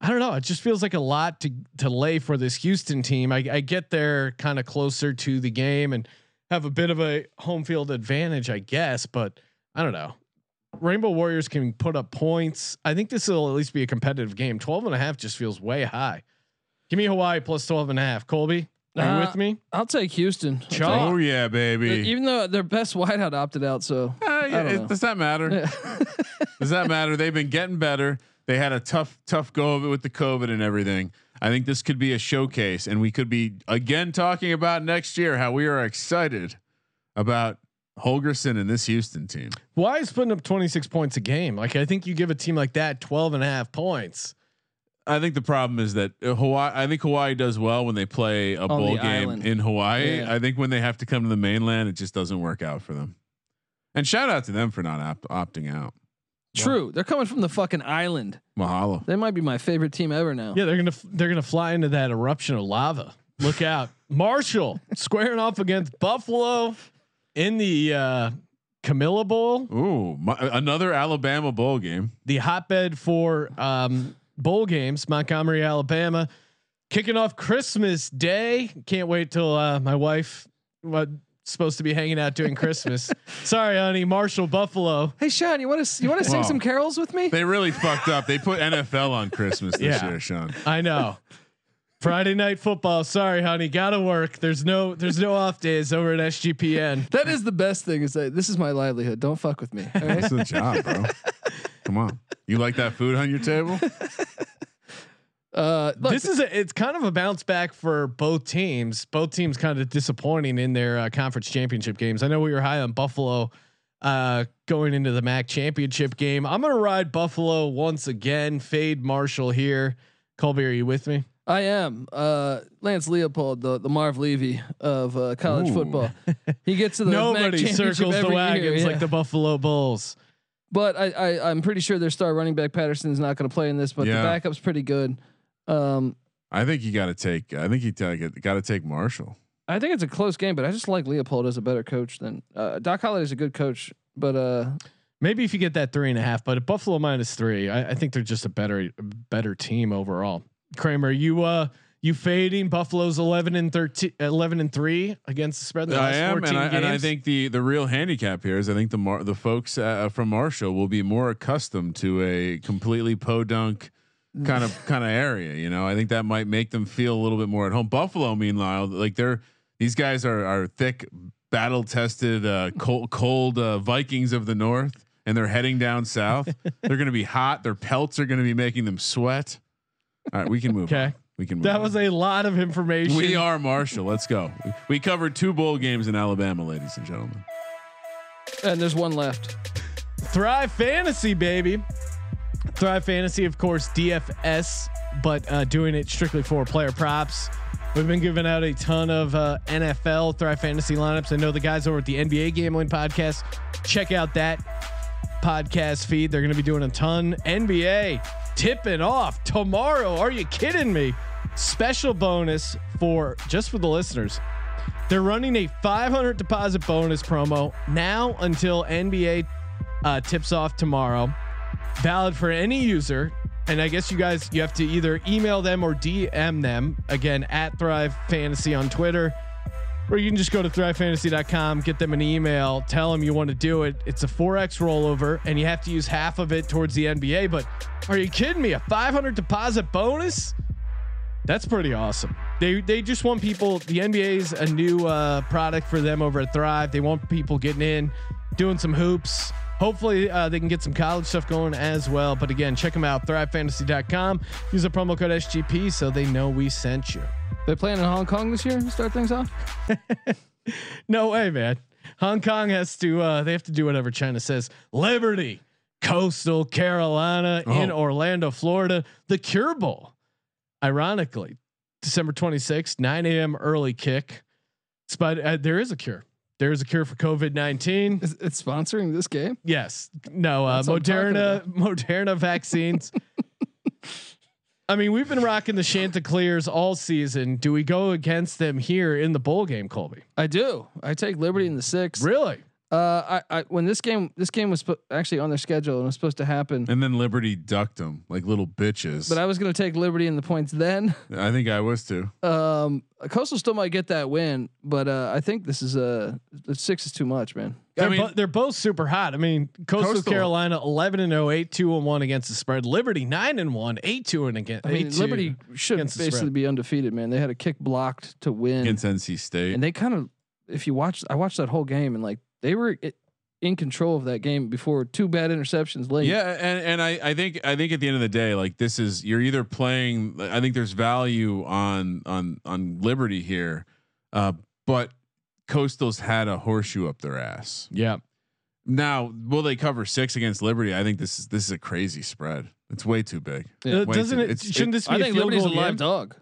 I don't know. It just feels like a lot to, to lay for this Houston team. I, I get there kind of closer to the game and have a bit of a home field advantage, I guess, but I don't know. Rainbow Warriors can put up points. I think this will at least be a competitive game. 12 and a half just feels way high. Give me Hawaii plus 12 and a half. Colby, are you
Uh,
with me?
I'll take Houston. I'll take-
Oh yeah, baby.
Even though their best wideout opted out, so
Uh, yeah,
don't
it-
know.
does that matter? Does that matter? They've been getting better. They had a tough, tough go of it with the COVID and everything. I think this could be a showcase, and we could be again talking about next year how we are excited about Holgerson and this Houston team.
Why is putting up 26 points a game? Like, I think you give a team like that 12 and a half points.
I think the problem is that uh, Hawaii. I think Hawaii does well when they play a bowl
the
game
island.
in Hawaii.
Yeah.
I think when they have to come to the mainland, it just doesn't work out for them. And shout out to them for not op- opting out.
true. They're coming from the fucking island.
Mahalo.
They might be my favorite team ever now.
Yeah, they're gonna f- they're gonna fly into that eruption of lava. Look out, Marshall squaring off against Buffalo in the uh, Camilla Bowl,
Ooh, my, another Alabama bowl game.
the hotbed for um, bowl games. Montgomery, Alabama, kicking off Christmas Day. Can't wait till uh, my wife was supposed to be hanging out doing Christmas. Sorry, honey, Marshall, Buffalo.
Hey Sean, you want to you want to sing
Wow.
some carols with me?
They really fucked up. They put NFL on Christmas this
Yeah.
year, Sean.
I know. Friday night football. Sorry, honey, gotta work. There's no there's no off days over at SGPN.
That is the best thing. Is that this is my livelihood? Don't fuck with me. all right?
That's the job, bro. Come on. You like that food on your table?
Uh, look,
this is a, it's kind of a bounce back for both teams. Both teams kind of disappointing in their uh, conference championship games. I know we were high on Buffalo uh, going into the MAC championship game. I'm gonna ride Buffalo once again. Fade Marshall here. Colby, are you with me?
I am uh, Lance Leopold, the, the Marv Levy of uh, college
Ooh.
football. He gets to the MAC
Nobody
championship
circles the
every
wagons
year, yeah.
like the Buffalo Bulls.
But I, I I'm pretty sure their star running back Patterson's not going to play in this, but
Yeah.
the backup's pretty good. Um,
I think you got to take. I think you got to take Marshall.
I think it's a close game, but I just like Leopold as a better coach than uh, Doc Holliday's a good coach, but uh,
Maybe if you get that three and a half, but at Buffalo minus three, I, I think they're just a better a better team overall. Kramer, you uh you fading Buffalo's eleven and 13, 11 and three against the spread. in The
I
last
am,
14
and I, and I
games?
think the the real handicap here is I think the mar- the folks uh, from Marshall will be more accustomed to a completely podunk
Mm.
kind of kind of area. You know, I think that might make them feel a little bit more at home. Buffalo, meanwhile, like they're these guys are are thick, battle tested, uh, cold, cold uh, Vikings of the North, and they're heading down south. they're going to be hot. Their pelts are going to be making them sweat. All right, we can move.
Okay.
on. we can. Move
That
on.
was a lot of information.
We are Marshall. Let's go. We covered two bowl games in Alabama, ladies and gentlemen.
and there's one left.
Thrive Fantasy, baby. Thrive Fantasy, of course, DFS, but uh, doing it strictly for player props. We've been giving out a ton of uh, NFL Thrive Fantasy lineups. I know the guys over at the NBA Gambling Podcast. Check out that podcast feed. They're going to be doing a ton. NBA tipping off tomorrow. Are you kidding me? Special bonus for just for the listeners. They're running a 500 deposit bonus promo now until NBA uh, tips off tomorrow. Valid for any user. And I guess you guys, you have to either email them or DM them again at Thrive Fantasy on Twitter. or you can just go to thrivefantasy.com, get them an email, tell them you want to do it. It's a 4X rollover, and you have to use half of it towards the NBA. But are you kidding me? A 500 deposit bonus? That's pretty awesome. They they just want people. The NBA's a new uh, product for them over at Thrive. They want people getting in, doing some hoops. Hopefully uh, they can get some college stuff going as well. But again, check them out. ThriveFantasy.com. Use the promo code SGP so they know we sent you.
They playing in Hong Kong this year. to Start things off.
No way, man. Hong Kong has to. Uh, they have to do whatever China says. Liberty, Coastal Carolina, in
Oh.
Orlando, Florida. The Cure Bowl, ironically, December 26th, 9 a.m. early kick. It's by- uh, there is a cure. There is a cure for COVID 19.
Is it's sponsoring this game?
Yes. No. Uh,
That's what I'm talking
Moderna. Moderna vaccines. I mean, we've been rocking the Chanticleers all season. Do we go against them here in the bowl game, Colby?
I do. I take Liberty in the six.
Really?
Uh, I, I when this game this game was spo- actually on their schedule and was supposed to happen,
And then Liberty ducked them like little bitches.
but
But
I was going to take Liberty in the points then.
I, think I was too.
Um, Coastal still might get that win, but uh, I think this is a the six is too much, man.
They're,
I mean,
bo- they're both super hot. I mean, Coastal,
Coastal.
Carolina 11 and 0, 8 2 and 1 against the spread. Liberty 9 and 1, 8 2 and against.
I mean, Liberty should
against the
basically
spread.
be undefeated, man. They had a kick blocked to win,
Against NC State.
and they kind of, if you watch, I watched that whole game, and like they were i- in control of that game before two bad interceptions late.
Yeah, and and I I think I think at the end of the day, like this is you're either playing. I think there's value on on on Liberty here, uh, but Coastal's had a horseshoe up their ass.
Yeah.
Now, will they cover six against Liberty? I think this is this is a crazy spread. It's way too big.
Yeah,
Uh,
wait,
doesn't
dude,
it,
it's-
shouldn't this be
I
a
think
field
Liberty's a
goal
live
game?
dog.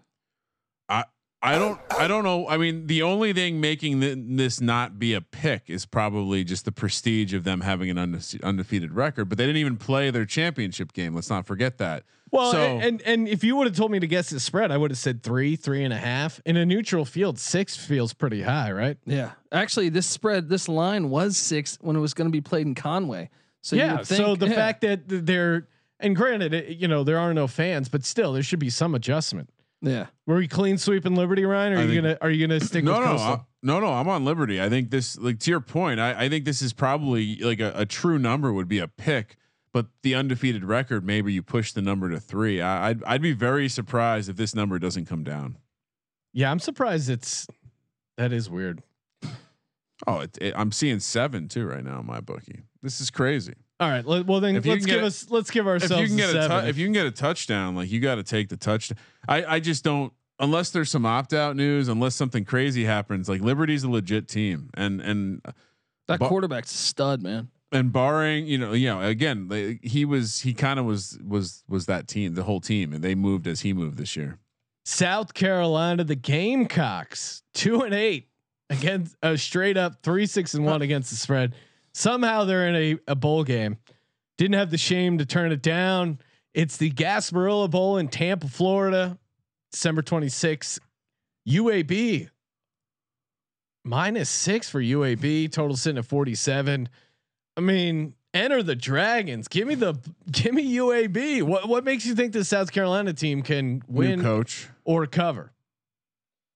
I don't I don't know. I mean, the only thing making th- this not be a pick is probably just the prestige of them having an unde- undefeated record. But they didn't even play their championship game. Let's not forget that.
Well,
So-
and, and and if you would have told me to guess the spread, I would have said three, three and a half. In a neutral field, six feels pretty high, right?
Yeah, actually, this spread, this line was six when it was going to be played in Conway. So you
yeah.
would think,
so the
yeah.
fact that th- they're and granted, it, you know, there are no fans, but still, there should be some adjustment.
yeah,
Were we clean sweeping Liberty, Ryan? Or are
I
you
think-
gonna are you gonna stick
No,
with
no,
Coastal?
I- no, no. I'm on Liberty. I think this, like to your point, I, I think this is probably like a, a true number would be a pick, but the undefeated record, maybe you push the number to three. I, I'd, I'd be very surprised if this number doesn't come down.
yeah, I'm surprised it's that is weird.
Oh, it, it, I'm seeing seven too right now in my bookie. This is crazy.
All right. Let, well, then
If you
let's
can
give
get a-
us let's give
If
ourselves
you can
a
get a,
seven.
tou- if you can get a touchdown, like you got to take the touchdown. I, I just don't. Unless there's some opt out news, unless something crazy happens, like Liberty's a legit team, and and
that
But-
quarterback's a stud, man.
and barring you know you know again they, he was he kind of was was was that team the whole team and they moved as he moved this year
South Carolina, the Gamecocks, two and eight against a straight up three six and one against the spread. Somehow they're in a, a bowl game. Didn't have the shame to turn it down. It's the Gasparilla Bowl in Tampa, Florida, December 26th. UAB minus six for UAB. Total sitting at 47. I mean, enter the dragons. Give me the give me UAB. What what makes you think the South Carolina team can win
new coach
or cover.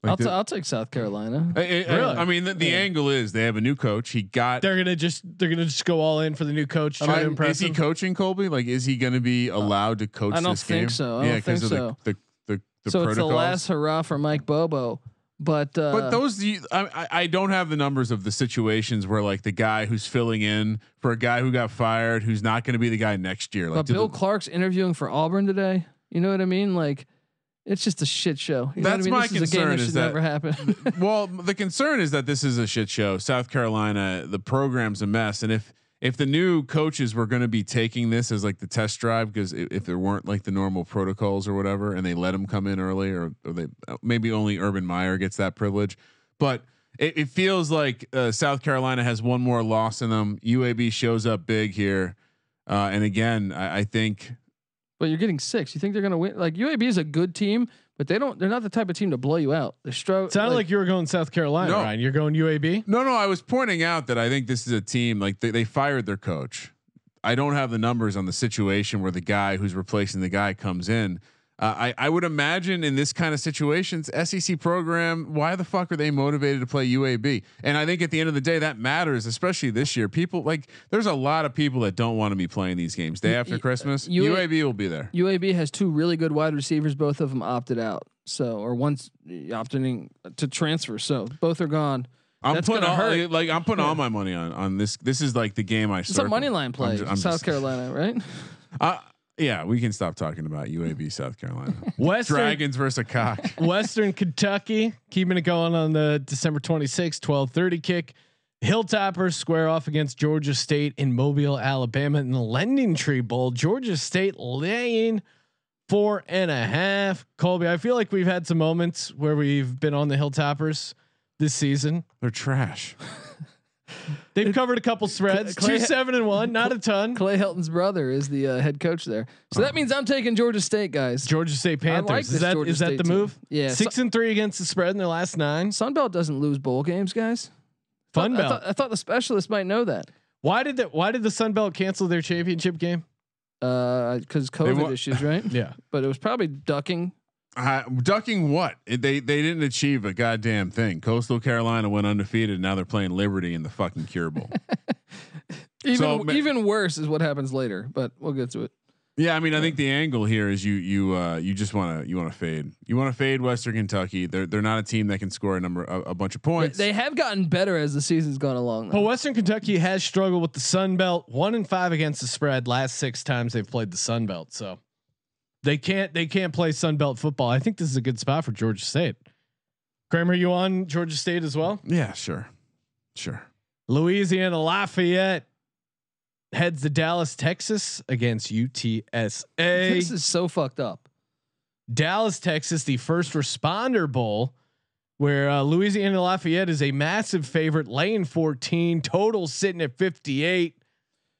I'll,
Like
t-
the-
I'll take South Carolina.
I- I- I-
Really?
I mean the, the
Yeah.
angle is they have a new coach he got
They're gonna just they're gonna just go all in for the new coach.
I
Try to
mean,
impress
is he
him.
coaching Colby like is he going to be allowed to coach
I don't
this
think
game
so. I don't think
of
so.
the the the, the
so it's the
protocols
last hurrah for Mike Bobo. But uh,
but those you- I, I- I don't have the numbers of the situations where like the guy who's filling in for a guy who got fired who's not going to be the guy next year like
but
do the-
Bill Clark's interviewing for Auburn today. You know what I mean? Like, it's just a shit show. You know what I
That's
mean?
my
this is a game
concern
that
is
should
that-
never happen.
well, the concern is that this is a shit show. South Carolina, the program's a mess, and if if the new coaches were going to be taking this as like the test drive, because if, there weren't like the normal protocols or whatever, and they let them come in early, or, or they uh, maybe only Urban Meyer gets that privilege, but it, it feels like uh, South Carolina has one more loss in them. UAB shows up big here, uh, and again, I, I think
but you're getting six. You think they're gonna win? Like UAB is a good team, but they don't. They're not the type of team to blow you out. They struggle.
Sounded like, you were going South Carolina,
No.
Ryan. You're going UAB.
No, no, I was pointing out that I think this is a team like they, they fired their coach. I don't have the numbers on the situation where the guy who's replacing the guy comes in. Uh, I I would imagine in this kind of situations, SEC program, why the fuck are they motivated to play UAB? And I think at the end of the day, that matters, especially this year. People like there's a lot of people that don't want to be playing these games day after
y-
Christmas.
you-
UAB will be there.
UAB has two really good wide receivers. Both of them opted out. So, or one's opting to transfer. So both are gone.
I'm
That's
putting
gonna
all,
hurt.
like I'm putting all my money on on this. This is like the game I.
It's a money line play. South Carolina, right?
Uh, yeah, we can stop talking about UAB South Carolina.
Western
Dragons versus a cock.
Western Kentucky keeping it going on the December 26, 1230 kick. Hilltoppers square off against Georgia State in Mobile, Alabama in the Lending Tree Bowl. Georgia State laying four and a half. Colby, I feel like we've had some moments where we've been on the Hilltoppers this season.
They're trash.
They've covered a couple threads,
Clay-
two seven and one, not a ton.
Clay Helton's brother is the uh, head coach there. So
Oh.
that means I'm taking Georgia State, guys.
Georgia State Panthers.
like
is
this
that
Georgia
is that
State
the
team.
move?
Yeah, so-
six and three against the spread in their last nine.
Sunbelt doesn't lose bowl games, guys.
Fun
I
belt.
thought, uh, I thought the specialist might know that.
why did that? Why did the Sun Belt cancel their championship game?
Because uh, COVID
wa-
issues, right?
Yeah.
But it was probably ducking.
Uh, ducking what? It- They they didn't achieve a goddamn thing. Coastal Carolina went undefeated. Now they're playing Liberty in the fucking Cure Bowl.
Even
So, ma-
even worse is what happens later. But we'll get to it.
yeah, I mean, I think the angle here is you you uh, you just want to you want to fade. You want to fade Western Kentucky. They're they're not a team that can score a number a, a bunch of points.
They have gotten better as the season's gone along.
But
Though.
Western Kentucky has struggled with the Sun Belt, one and five against the spread last six times they've played the Sun Belt. So they can't they can't play Sun Belt football. I think this is a good spot for Georgia State. Kramer, you on Georgia State as well?
yeah, sure, sure.
Louisiana Lafayette heads to Dallas, Texas against UTSA.
This is so fucked up.
Dallas, Texas, the first responder bowl, where uh, Louisiana Lafayette is a massive favorite, laying 14, total sitting at 58.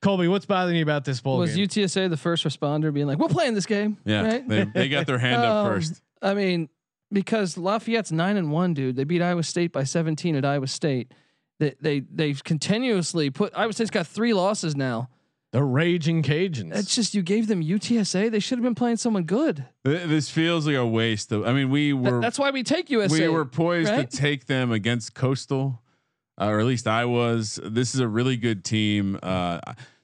Colby, what's bothering you about this bowl
Was
game?
UTSA the first responder being like, "We're playing this game"?
Yeah,
Right?
they they got their hand up
Um,
first.
I mean, because Lafayette's nine and one, dude. They beat Iowa State by seventeen at Iowa State. They they they've continuously put Iowa State's got three losses now.
the Raging Cajuns.
That's just you gave them UTSA. They should have been playing someone good.
Th- This feels like a waste of. I mean, we
Th-
were
that's why we take
we
USA.
were poised
right?
to take them against Coastal, uh, or at least I was. This is a really good team. Uh,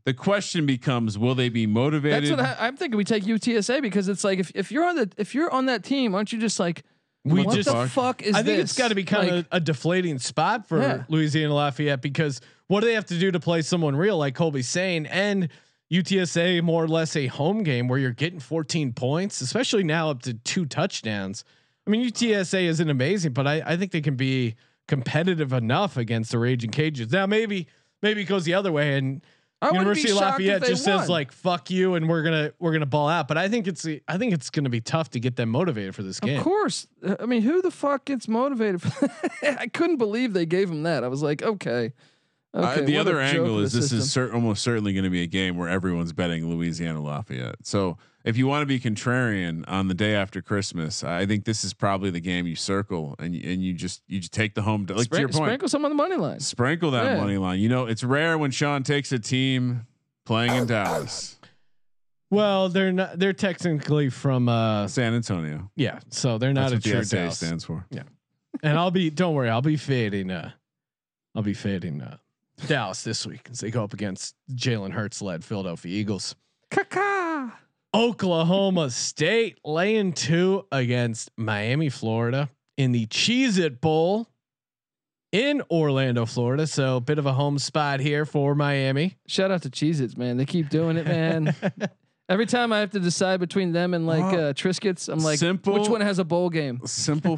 the question becomes: Will they be
that's
motivated?
what I, I'm thinking. We take UTSA because it's like if, if you're on the if you're on that team, aren't you just like
We
what
just-
the fuck is
I think
this?
it's got to be kind of
Like,
a deflating spot for
Yeah.
Louisiana Lafayette because what do they have to do to play someone real like Colby's saying and UTSA more or less a home game where you're getting 14 points, especially now up to two touchdowns. I mean UTSA isn't amazing, but I, I think they can be competitive enough against the Raging Cages. Now maybe maybe it goes the other way and
I wouldn't be
University of
shocked if
Lafayette
they
just
won.
says like fuck you and we're gonna we're gonna ball out. But I think it's I think it's gonna be tough to get them motivated for this game.
Of course. Uh, I mean, who the fuck gets motivated? For I couldn't believe they gave him that. I was like, okay.
Uh,
okay
the
what a
other
joke
angle
of a
is this is
system.
cer- almost certainly going to be a game where everyone's betting Louisiana Lafayette. So if you want to be contrarian on the day after Christmas, I think this is probably the game you circle and you, and you just you just take the home like to
Sprin-
your point.
Sprinkle some on the money line.
Sprinkle that
Yeah.
money line. You know, it's rare when Sean takes a team playing in Dallas,
Well, they're not. They're technically from. uh
San Antonio.
Yeah, so they're not
That's what
a true
the SA
Dallas.
stands for.
And I'll be. Don't worry, I'll be fading. Uh, I'll be fading uh, Dallas this week as they go up against Jalen Hurts led Philadelphia Eagles.
Caca.
Oklahoma State laying two against Miami, Florida in the Cheez It Bowl in Orlando, Florida. So a bit of a home spot here for Miami.
Shout out to Cheez Its, man. They keep doing it, man. Every time I have to decide between them and like
Wow.
uh, Triscuits, I'm like,
Simple.
which one has a bowl game?
Simple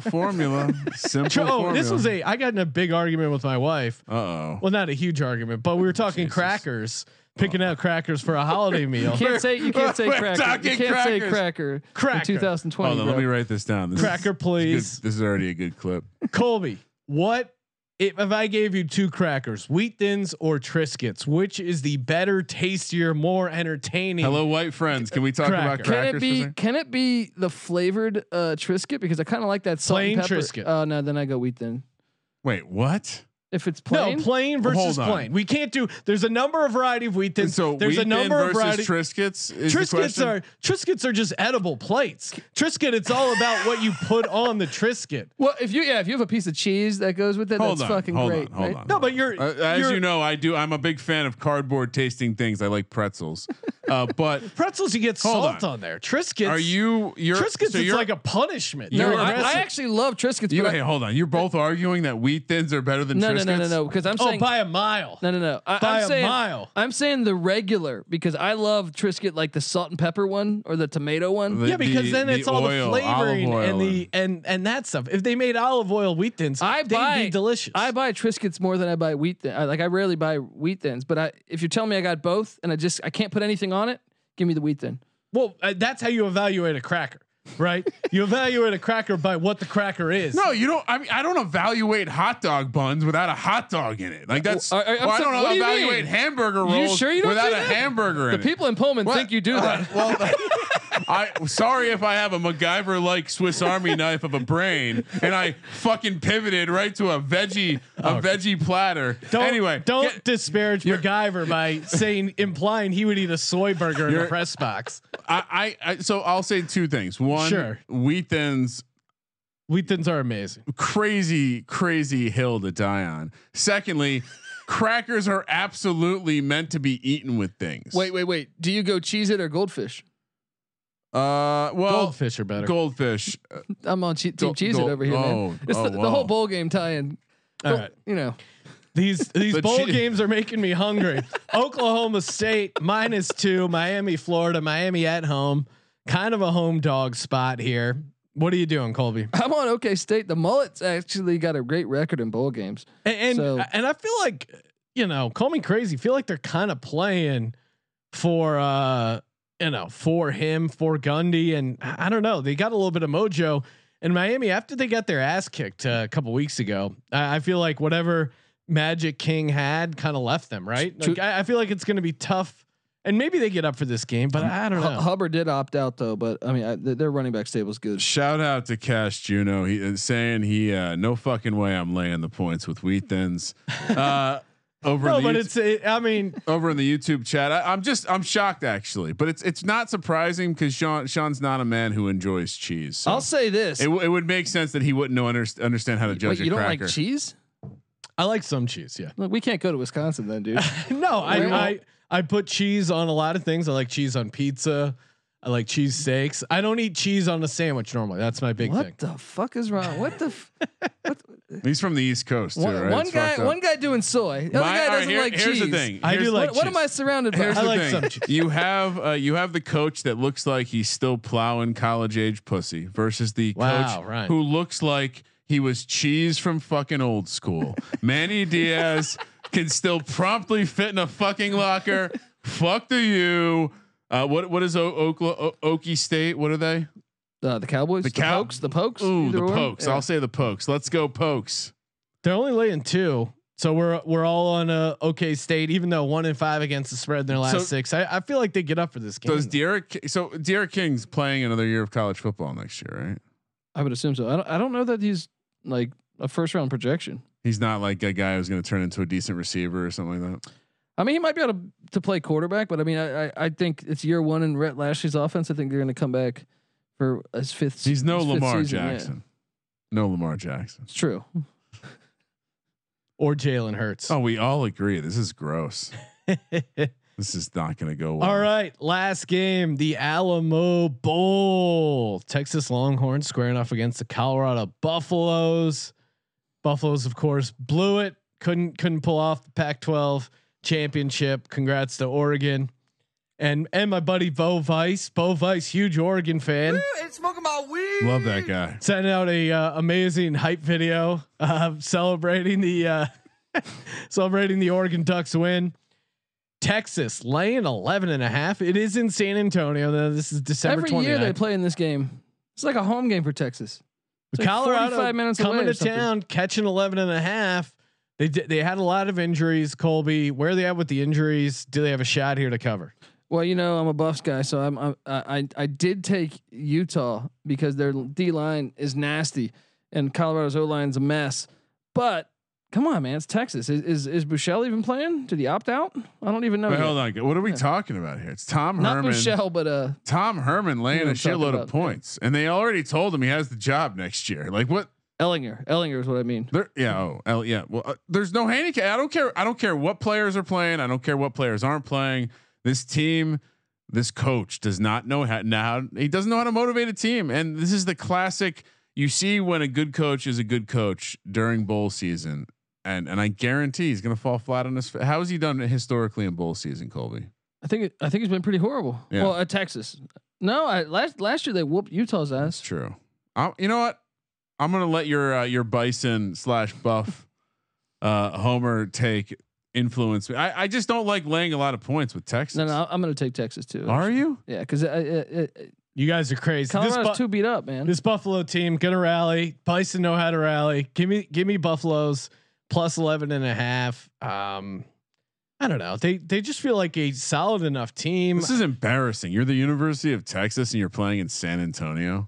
formula. Simple.
Tro- Oh,
formula.
this was a. I got in a big argument with my wife
Uh oh.
Well, not a huge argument, but we were talking
Jesus.
crackers, picking out crackers for a holiday meal.
You can't say you can't say
We're
cracker.
talking
You can't say
crackers.
cracker. in
Cracker.
2020.
Hold on. Let
bro.
me write this down. This is-
Cracker,
this is good-
please.
This is already a good clip.
Colby, what if, if I gave you two crackers, wheat thins or Triscuits? Which is the better, tastier, more entertaining?
Hello, white friends. Can we talk about
Cracker.
Can
crackers?
it
for a
be?
second?
Can it be the flavored uh, Triscuit? Because I kind of like that salt
Plain
and pepper.
Triscuit.
Oh no, then I go wheat thin.
Wait, what?
If it's plain,
No, plain versus
Hold on.
plain. We can't do. There's a number of variety of wheat thins.
So
there's a
wheat thin
number of variety.
versus Triscuits. Is the
Triscuits
question?
are Triscuits are just edible plates. Triscuit, it's all about what you put on the Triscuit.
well, if you yeah, if you have a piece of cheese that goes with it,
Hold
that's
on,
fucking
hold
great.
on, hold
right?
on.
No, but you're,
Uh, as
you're-
you know, I do. I'm a big fan of cardboard tasting things. I like pretzels, uh, but
pretzels. You get
Hold
salt on.
on.
there. Triscuits.
are you? You're
Triscuits?
so
it's
you're-
like a punishment.
No,
You're
I, I
aggressive.
actually love Triscuits.
You,
but I-
hey, hold on. You're both arguing that wheat thins are better than
no, no,
Triscuits.
no, no, no, because I'm
oh
saying
by a mile.
no, no, no. I,
by
I'm
a
saying,
mile.
I'm saying the regular because I love Triscuit like the salt and pepper one or the tomato one.
The-
yeah, because then
the
it's all
oil,
the
olive
flavoring and
oil
the and and that stuff. If they made olive oil wheat thins,
I
they'd
buy
be delicious.
I buy Triscuits more than I buy wheat. Thin. I, like I rarely buy wheat thins, but I if you tell me I got both and I just I can't put anything on it, give me the wheat thin.
well, uh, that's how you evaluate a cracker, right? you evaluate a cracker by what the cracker is.
No, you don't. I mean, I don't evaluate hot dog buns without a hot dog in it. Like that's.
Well, I- I- I'm
or I
so-
don't
what do you
evaluate
mean?
hamburger
You
rolls
sure you don't
without
do
a
that?
hamburger
The
in it.
people in Pullman
What?
think you do
Uh,
that.
well, I sorry if I have a MacGyver like Swiss Army knife of a brain, and I fucking pivoted right to a veggie a veggie platter.
Don't,
anyway,
don't
get-
disparage MacGyver by saying implying he would eat a soy burger in a
You're-
press box.
I, I I so I'll say two things. One,
Sure.
wheat thins
Wheat thins are amazing.
crazy, crazy hill to die on. Secondly, crackers are absolutely meant to be eaten with things.
Wait, wait, wait. Do you go cheese it or goldfish?
uh, well,
Goldfish are better.
Goldfish. Uh,
I'm on che- team
Go-
cheese
go-
it over here,
oh,
man. It's
oh,
the,
wow.
the whole bowl game tie-in.
All
Go-
right.
You know,
These these
The
bowl
chi-
games are making me hungry. Oklahoma State minus two, Miami, Florida, Miami at home. Kind of a home dog spot here. What are you doing, Colby?
I'm on OK State. The mullets actually got a great record in bowl games.
And and,
So-
and I feel like you know, call me crazy. Feel like they're kind of playing for uh you know for him for Gundy, and I I don't know. They got a little bit of mojo in Miami after they got their ass kicked uh, a couple weeks ago. I, I feel like whatever Magic King had kind of left them right.
True.
Like, I, I feel like it's going to be tough, and maybe they get up for this game, but I don't
Hu-
know.
Hubbard did opt out though, but I mean, I, th- their running back stable's good.
Shout out to Cash Juno. He is saying he uh, no fucking way I'm laying the points with wheat thins. Uh, over
No,
in the
but
YouTube-
it's. It, I mean,
over in the YouTube chat. I, I'm just I'm shocked actually, but it's it's not surprising because Sean Sean's not a man who enjoys cheese. So
I'll say this:
it, w- it would make sense that he wouldn't know under, understand how to judge
Wait,
a
you don't
cracker.
like cheese?
I like some cheese. Yeah.
Look, we can't go to Wisconsin then, dude.
No, I,
Well-
I I put cheese on a lot of things. I like cheese on pizza. I like cheese steaks. I don't eat cheese on a sandwich normally. That's my big
what
thing.
the fuck is wrong? What the f-
He's from the East Coast too,
one,
right?
one
It's
guy?
fucked up.
One guy doing soy.
My-
The other guy
all right,
doesn't
here-
like
here's
cheese.
The thing.
I
Here's
do
the-
like
What, what am I surrounded by?
Here's
I
the
like some
thing.
cheese.
You have uh, you have the coach that looks like he's still plowing college age pussy versus the
Wow,
coach
right.
who looks like he was cheese from fucking old school. Manny Diaz can still promptly fit in a fucking locker. Fuck the you. Uh, what what is o- Okla- o- Okie State? What are they?
Uh, the Cowboys, the,
The Cow-
Pokes, the Pokes.
Ooh,
either
the
one.
Pokes.
Yeah.
I'll say the Pokes. Let's go Pokes.
They're only laying two, so we're we're all on a okay state. Even though one in five against the spread in their last
So-
six, I, I feel like they get up for this game.
Does Derek? So Derek King's playing another year of college football next year, right?
I would assume so. I don't, I don't know that he's like a first round projection.
He's not like a guy who's going to turn into a decent receiver or something like that.
I mean, he might be able to, to play quarterback, but I mean, I, I I think it's year one in Rhett Lashley's offense. I think they're going to come back for his fifth.
He's no
his fifth
Lamar
season, yeah.
Jackson. No Lamar Jackson.
It's true.
or Jalen Hurts?
Oh, we all agree. This is gross. This is not going to go well.
All right, last game, the Alamo Bowl. Texas Longhorns squaring off against the Colorado Buffaloes. Buffaloes, of course, blew it. Couldn't couldn't pull off the Pac-12 championship. Congrats to Oregon, and and my buddy Bo Vice. Bo Vice, huge Oregon fan,
Love that guy.
sent out a uh, amazing hype video uh, celebrating the uh, celebrating the Oregon Ducks win. Texas laying 11 and a half. It is in San Antonio. Now, This is December
Every
29th.
year they play in this game. It's like a home game for Texas. It's like
Colorado
45 minutes
coming
away
to
or something.
town, catching 11 and a half. They di- they had a lot of injuries, Colby. Where are they at with the injuries? Do they have a shot here to cover?
Well, you know, I'm a Buffs guy, so I'm, I'm I I- I did take Utah because their D line is nasty and Colorado's O line's a mess. But Come on, man. It's Texas. Is is, is Bouchelle even playing? Did he opt out? I don't even know.
But
yet.
hold on, what are we talking about here? It's Tom
Oh, Not
Herman.
Bouchelle, but uh,
Tom Herman laying
You
a
know what I'm talking
shitload
about,
of points, and they already told him he has the job next year. Like what?
Ellinger. Ellinger is what I mean.
There, yeah, oh, hell yeah. Well, uh, there's no handicap. I don't care. I don't care what players are playing. I don't care what players aren't playing. This team, this coach does not know how. Now he doesn't know how to motivate a team, and this is the classic. You see when a good coach is a good coach during bowl season, and and I guarantee he's gonna fall flat on his. fa- How has he done historically in bowl season, Colby?
I think it- I think he's been pretty horrible.
Yeah.
Well, at Texas. No, I, last last year they whooped Utah's
It's
ass.
true. I, you know what? I'm gonna let your uh, your bison slash buff uh, Homer take influence me. I, I just don't like laying a lot of points with Texas.
No, no, I'm going to take Texas too.
Are you?
Yeah, uh, because
You guys are crazy. This,
uh, Colorado's
Bu-
too beat up, man.
this Buffalo team gonna rally. Bison know how to rally. Give me give me Buffaloes plus 11 and a half. Um, I don't know. They they just feel like a solid enough team.
This is embarrassing. You're the University of Texas and you're playing in San Antonio.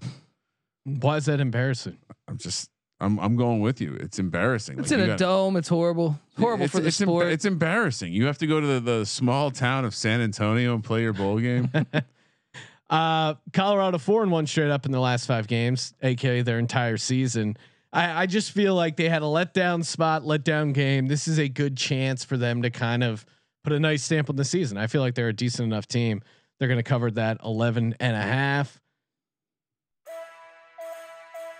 Why is that embarrassing?
I'm just I'm I'm going with you. It's embarrassing.
it's
Like,
in
you
a
gotta-
dome. It's horrible. It's horrible
it's,
for the
it's emba-
sport.
it's embarrassing. You have to go to the, the small town of San Antonio and play your bowl game.
Uh, Colorado four and one straight up in the last five games, aka their entire season. I, I just feel like they had a letdown spot, letdown game. This is a good chance for them to kind of put a nice stamp on the season. I feel like they're a decent enough team. They're going to cover that 11 and a half.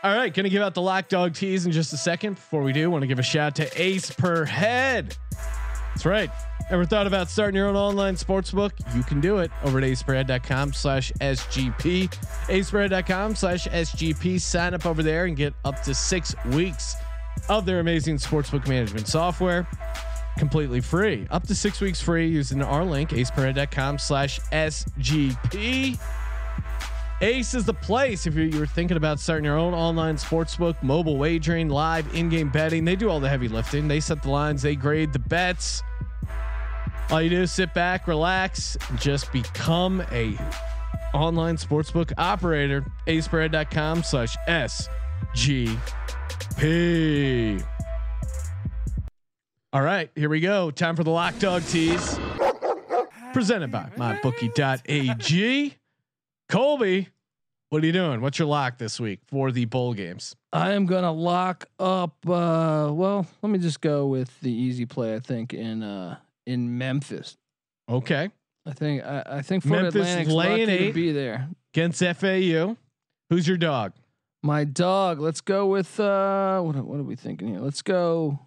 All right, going to give out the lock dog tease in just a second. Before we do, want to give a shout to Ace Per Head. That's right. Ever thought about starting your own online sports book? You can do it over at aspread.com slash SGP. Aspread.com slash SGP. Sign up over there and get up to six weeks of their amazing sportsbook management software completely free. Up to six weeks free using our link, aceparade.com slash SGP. Ace is the place if you're, you're thinking about starting your own online sportsbook, mobile wagering, live in-game betting. They do all the heavy lifting. They set the lines, they grade the bets. All you do is sit back, relax, and just become a online sportsbook operator. aceparade.com slash SGP. All right, here we go. Time for the lock dog tease. Presented by mybookie.ag. Colby, what are you doing? What's your lock this week for the bowl games?
I am gonna lock up. Uh, well, let me just go with the easy play. I think in uh, in Memphis.
Okay.
I think I, I think Florida
Memphis
Atlantic's
laying
lucky
eight.
to be there.
Against FAU. Who's your dog?
My dog. Let's go with uh, what are- what are we thinking here? Let's go.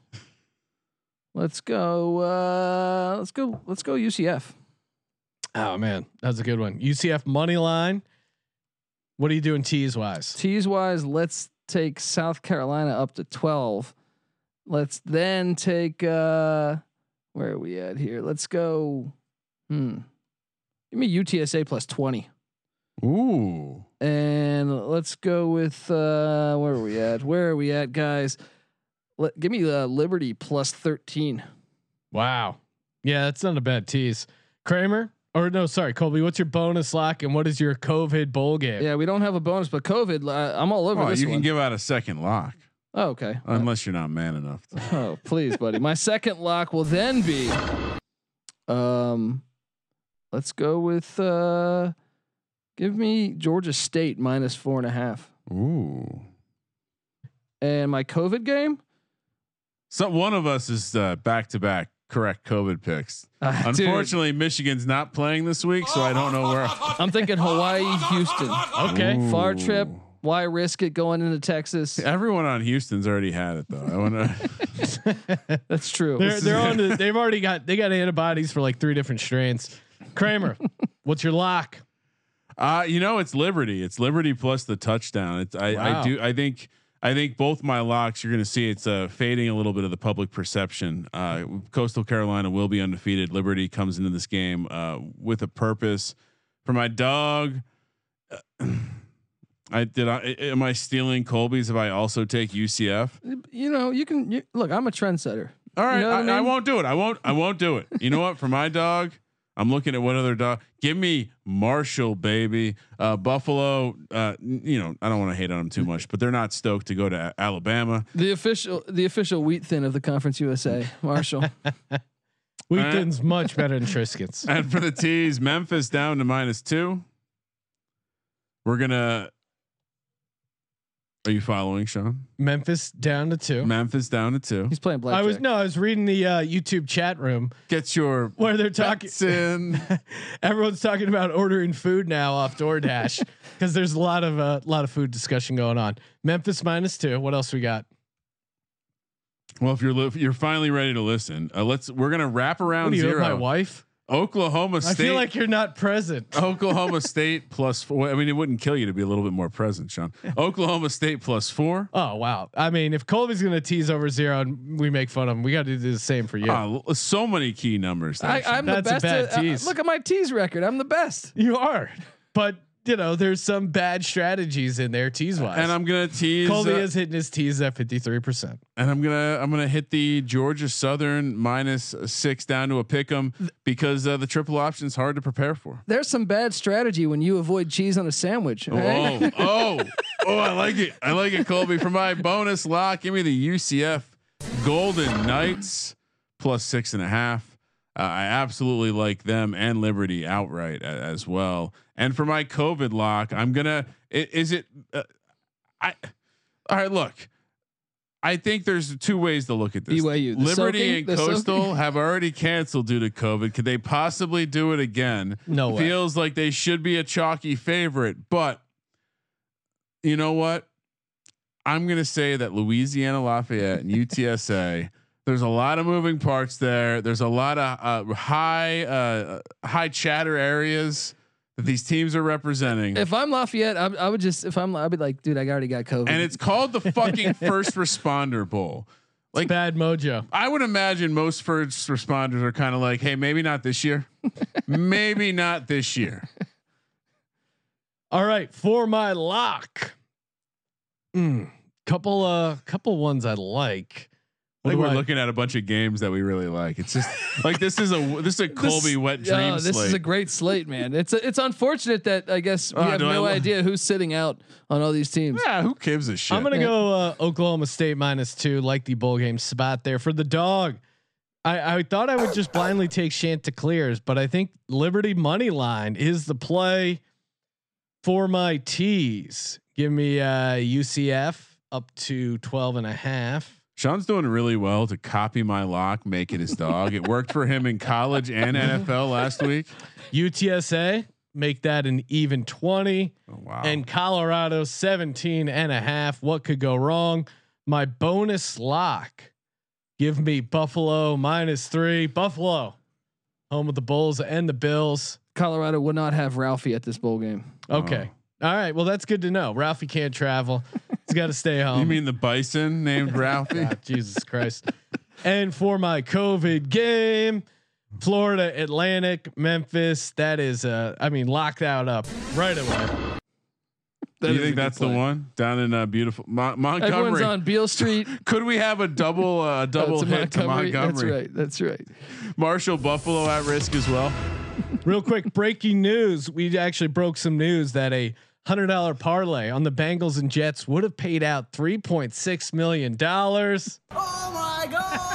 Let's go. Uh, let's go. Let's go UCF.
Oh man, that's a good one. UCF money line. What are you doing tease wise?
Tease wise, let's take South Carolina up to 12. Let's then take uh where are we at here? Let's go hmm. Give me UTSA plus 20.
Ooh.
And let's go with uh where are we at? Where are we at, guys? Let, give me the Liberty plus 13.
Wow. Yeah, that's not a bad tease. Kramer? Or no, sorry, Colby, what's your bonus lock and what is your COVID bowl game?
Yeah, we don't have a bonus, but COVID, I, I'm all over
Well,
this
Oh, you
one.
can give out a second lock
oh, okay.
unless you're not man enough. To.
Oh, please, buddy. My second lock will then be um let's go with uh give me Georgia State minus four and a half.
Ooh.
And my COVID game?
So one of us is back to back correct COVID picks.
Uh, dude,
Unfortunately, Michigan's not playing this week, so I don't know where.
I'm thinking Hawaii, Houston.
Okay.
Far trip. Why risk it going into Texas?
Everyone on Houston's already had it though. I wanna.
That's true.
They're they're on. To, they've already got they got antibodies for like three different strains. Kramer, what's your lock?
uh, you know, it's Liberty. It's Liberty plus the touchdown. It's I,
Wow.
I do. I think. I think both my locks. You're going to see it's uh, fading a little bit of the public perception. Uh, Coastal Carolina will be undefeated. Liberty comes into this game uh, with a purpose. For my dog, uh, I did. I am I stealing Colby's? If I also take UCF,
you know, you can you, look, I'm a trendsetter.
All right,
know what
I,
I
I
mean?
won't do it. I won't. I won't do it. You know what? For my dog, I'm looking at what other dog. Give me Marshall, baby. Uh, Buffalo. Uh, n- you know, I don't want to hate on them too much, but they're not stoked to go to A- Alabama.
The official, the official wheat thin of the Conference USA, Marshall.
Wheatland's much better than Triscuits.
And for the T's, Memphis down to minus two. We're gonna. Are you following, Sean?
Memphis down to two.
Memphis down to two.
He's playing blackjack.
I was no, I was reading the uh, YouTube chat room
Get your
where they're talking.
bets in.
Everyone's talking about ordering food now off DoorDash because there's a lot of a uh, lot of food discussion going on. Memphis minus two. What else we got?
Well, if you're li- if you're finally ready to listen, uh, let's we're gonna wrap
What
around
are you,
zero.
my wife?
Oklahoma State.
I feel like you're not present.
Oh. Oklahoma State plus four. I mean, it wouldn't kill you to be a little bit more present, Sean. Oklahoma State plus four.
Oh wow! I mean, if Colby's gonna tease over zero and we make fun of him, we got to do the same for you.
Ah, l- so many key numbers. There,
I,
Sean.
I'm the
That's a
best.
bad
at- uh,
tease.
look at my tease record. I'm the best.
you are, but you know there's some bad strategies in there tease wise.
and I'm gonna tease.
Colby
uh,
is hitting his tease at fifty three percent.
and I'm gonna I'm gonna hit the Georgia Southern minus six down to a pick 'em because uh, the triple option is hard to prepare for.
There's some bad strategy when you avoid cheese on a sandwich. all right?
Oh, oh, oh! I like it. I like it, Colby. For my bonus lock, give me the UCF Golden Knights plus six and a half. Uh, I absolutely like them and Liberty outright a- as well. And for my COVID lock, I'm gonna. i- Is it? Uh, I. All right, look. I think there's two ways to look at this.
BYU, the
Liberty
soaking-
and
the soaking.
Coastal have already canceled due to COVID. Could they possibly do it again?
No way.
Feels like they should be a chalky favorite, but you know what? I'm gonna say that Louisiana Lafayette and UTSA. There's a lot of moving parts there. There's a lot of uh, high uh, high chatter areas that these teams are representing.
If I'm Lafayette, I, I would just if I'm I'd be like, dude, I already got COVID.
and it's called the fucking first responder bowl. Like
Bad mojo.
I would imagine most first responders are kind of like, hey, maybe not this year. maybe not this year.
All right, for my lock. Mm, couple uh couple ones I like.
I
What
think
do
we're
I-
looking at a bunch of games that we really like. It's just like this is a this is a Colby wet
Yo,
dream
this
slate.
is a great slate, man. It's it's unfortunate that I guess we
Oh,
have
do I
no
lo-
idea who's sitting out on all these teams.
yeah, who gives a shit?
I'm gonna go uh, Oklahoma State minus two, like the bowl game spot there for the dog. I, I thought I would just blindly take Chanticleers, but I think Liberty money line is the play for my tees. Give me uh, UCF up to 12 and a half.
Sean's doing really well to copy my lock, make it his dog. it worked for him in college and NFL last week.
UTSA, make that an even 20.
Oh, wow.
and Colorado 17 and a half. What could go wrong? My bonus lock. Give me Buffalo minus three. Buffalo, home with the Bulls and the Bills.
Colorado would not have Ralphie at this bowl game.
Okay. All right. Well, that's good to know. Ralphie can't travel. He's got to stay home.
you mean the bison named Ralphie?
God, Jesus Christ. And for my COVID game, Florida Atlantic, Memphis. That is, uh, I mean, lock that up right away.
That
Do
is
you
a
think
good
that's
play.
the one down in uh, beautiful Mon-
Everyone's
Montgomery?
on Beale Street.
Could we have a double uh,
Oh,
double
to
hit to Montgomery?
That's right. That's right.
Marshall Buffalo at risk as well.
Real quick, breaking news. We actually broke some news that a hundred dollar parlay on the Bengals and Jets would have paid out three point six million dollars.
Oh my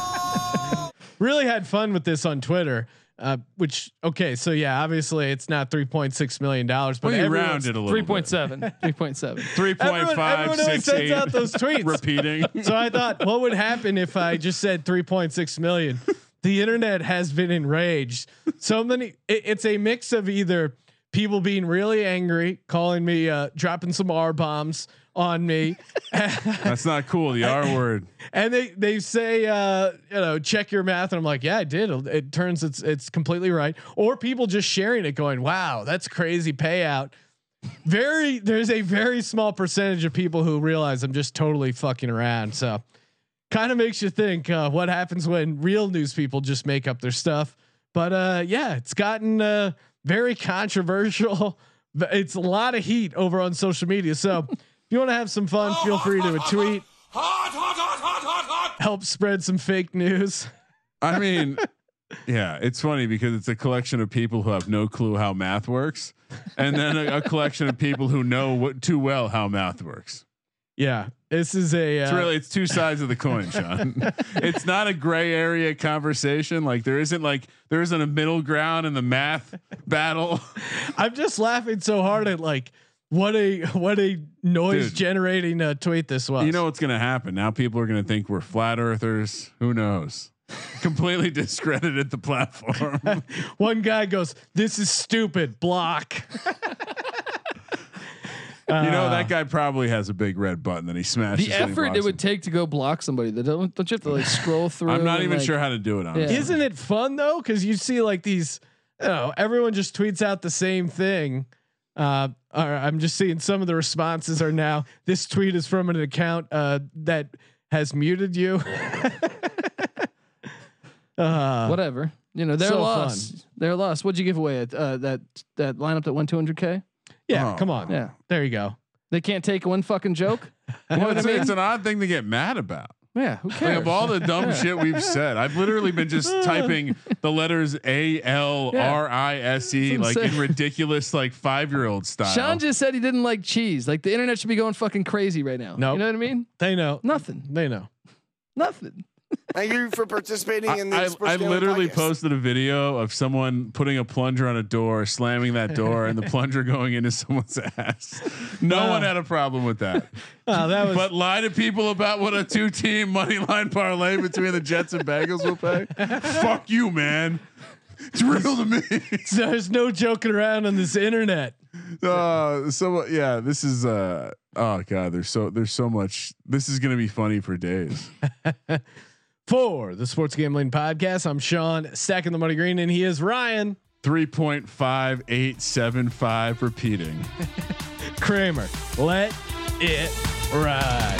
god!
Really had fun with this on Twitter. Uh, which okay, so yeah, obviously it's not three point six million dollars, but
Well, you
everyone's-
rounded a little.
Three point seven. Three point seven.
Three point
Everyone-
five
everyone always
six
sends
eight.
out those tweets.
Repeating.
So I thought, what would happen if I just said 3.6 million? The internet has been enraged. So many, it, it's a mix of either people being really angry, calling me, uh, dropping some R bombs on me,
That's not cool. The R word.
and they they say, uh, you know, check your math, and I'm like, yeah, I did. It turns it's it's completely right. Or people just sharing it, going, wow, that's crazy payout. Very, there's a very small percentage of people who realize I'm just totally fucking around. So, kind of makes you think uh, what happens when real news people just make up their stuff. But uh, yeah, it's gotten uh, very controversial. It's a lot of heat over on social media. So, if you want to have some fun, feel free to tweet help spread some fake news.
I mean, Yeah, it's funny because it's a collection of people who have no clue how math works, and then a, a collection of people who know what too well how math works.
Yeah, this is a. Uh,
It's really it's two sides of the coin, Sean. it's not a gray area conversation. Like there isn't like there isn't a middle ground in the math battle.
I'm just laughing so hard at like what a what a noise
Dude.
generating uh, tweet this was.
You know what's gonna happen now? People are gonna think we're flat earthers. Who knows? Completely discredited the platform.
one guy goes, "This is stupid." Block.
you know that guy probably has a big red button that he smashes.
Ah. the
when he
effort
walks
it would
in.
take to go block somebody. That don't don't you have to like scroll through?
I'm not
and,
even
like-
sure how to do it. Honestly.
Isn't it fun though? Because you see like these, you know, everyone just tweets out the same thing. Uh, all right, I'm just seeing some of the responses are now. This tweet is from an account uh, that has muted you. uh,
Whatever. You know, they're
So
lost. They're lost. What'd you give away at uh, that that lineup that won 200k?
yeah,
Oh.
come on.
Yeah,
There you go.
they can't take one fucking joke.
Well, it's, it's an odd thing to get mad about.
Yeah, who
Like
cares?
of all the dumb shit we've said, I've literally been just typing the letters A L R I S E
That's what
like
I'm
in
saying.
ridiculous like five year old style.
Sean just said he didn't like cheese. Like the internet should be going fucking crazy right now.
Nope.
you know what I mean?
They know.
Nothing.
They know.
Nothing.
Thank you for participating
I,
in the
I,
Sports
I
Gambling
literally
podcast.
posted a video of someone putting a plunger on a door, slamming that door, and the plunger going into someone's ass. No
Wow.
one had a problem with that.
Oh, that was
But lie to people about what a two team money line parlay between the Jets and Bengals will pay. Fuck you, man. It's real to me.
there's no joking around on this internet.
uh, so uh, yeah, this is uh oh god, there's so there's so much. This is gonna be funny for days.
For the Sports Gambling Podcast, I'm Sean Stacking the Money Green, and he is Ryan
Three point five eight seven five repeating.
Kramer. Let it ride.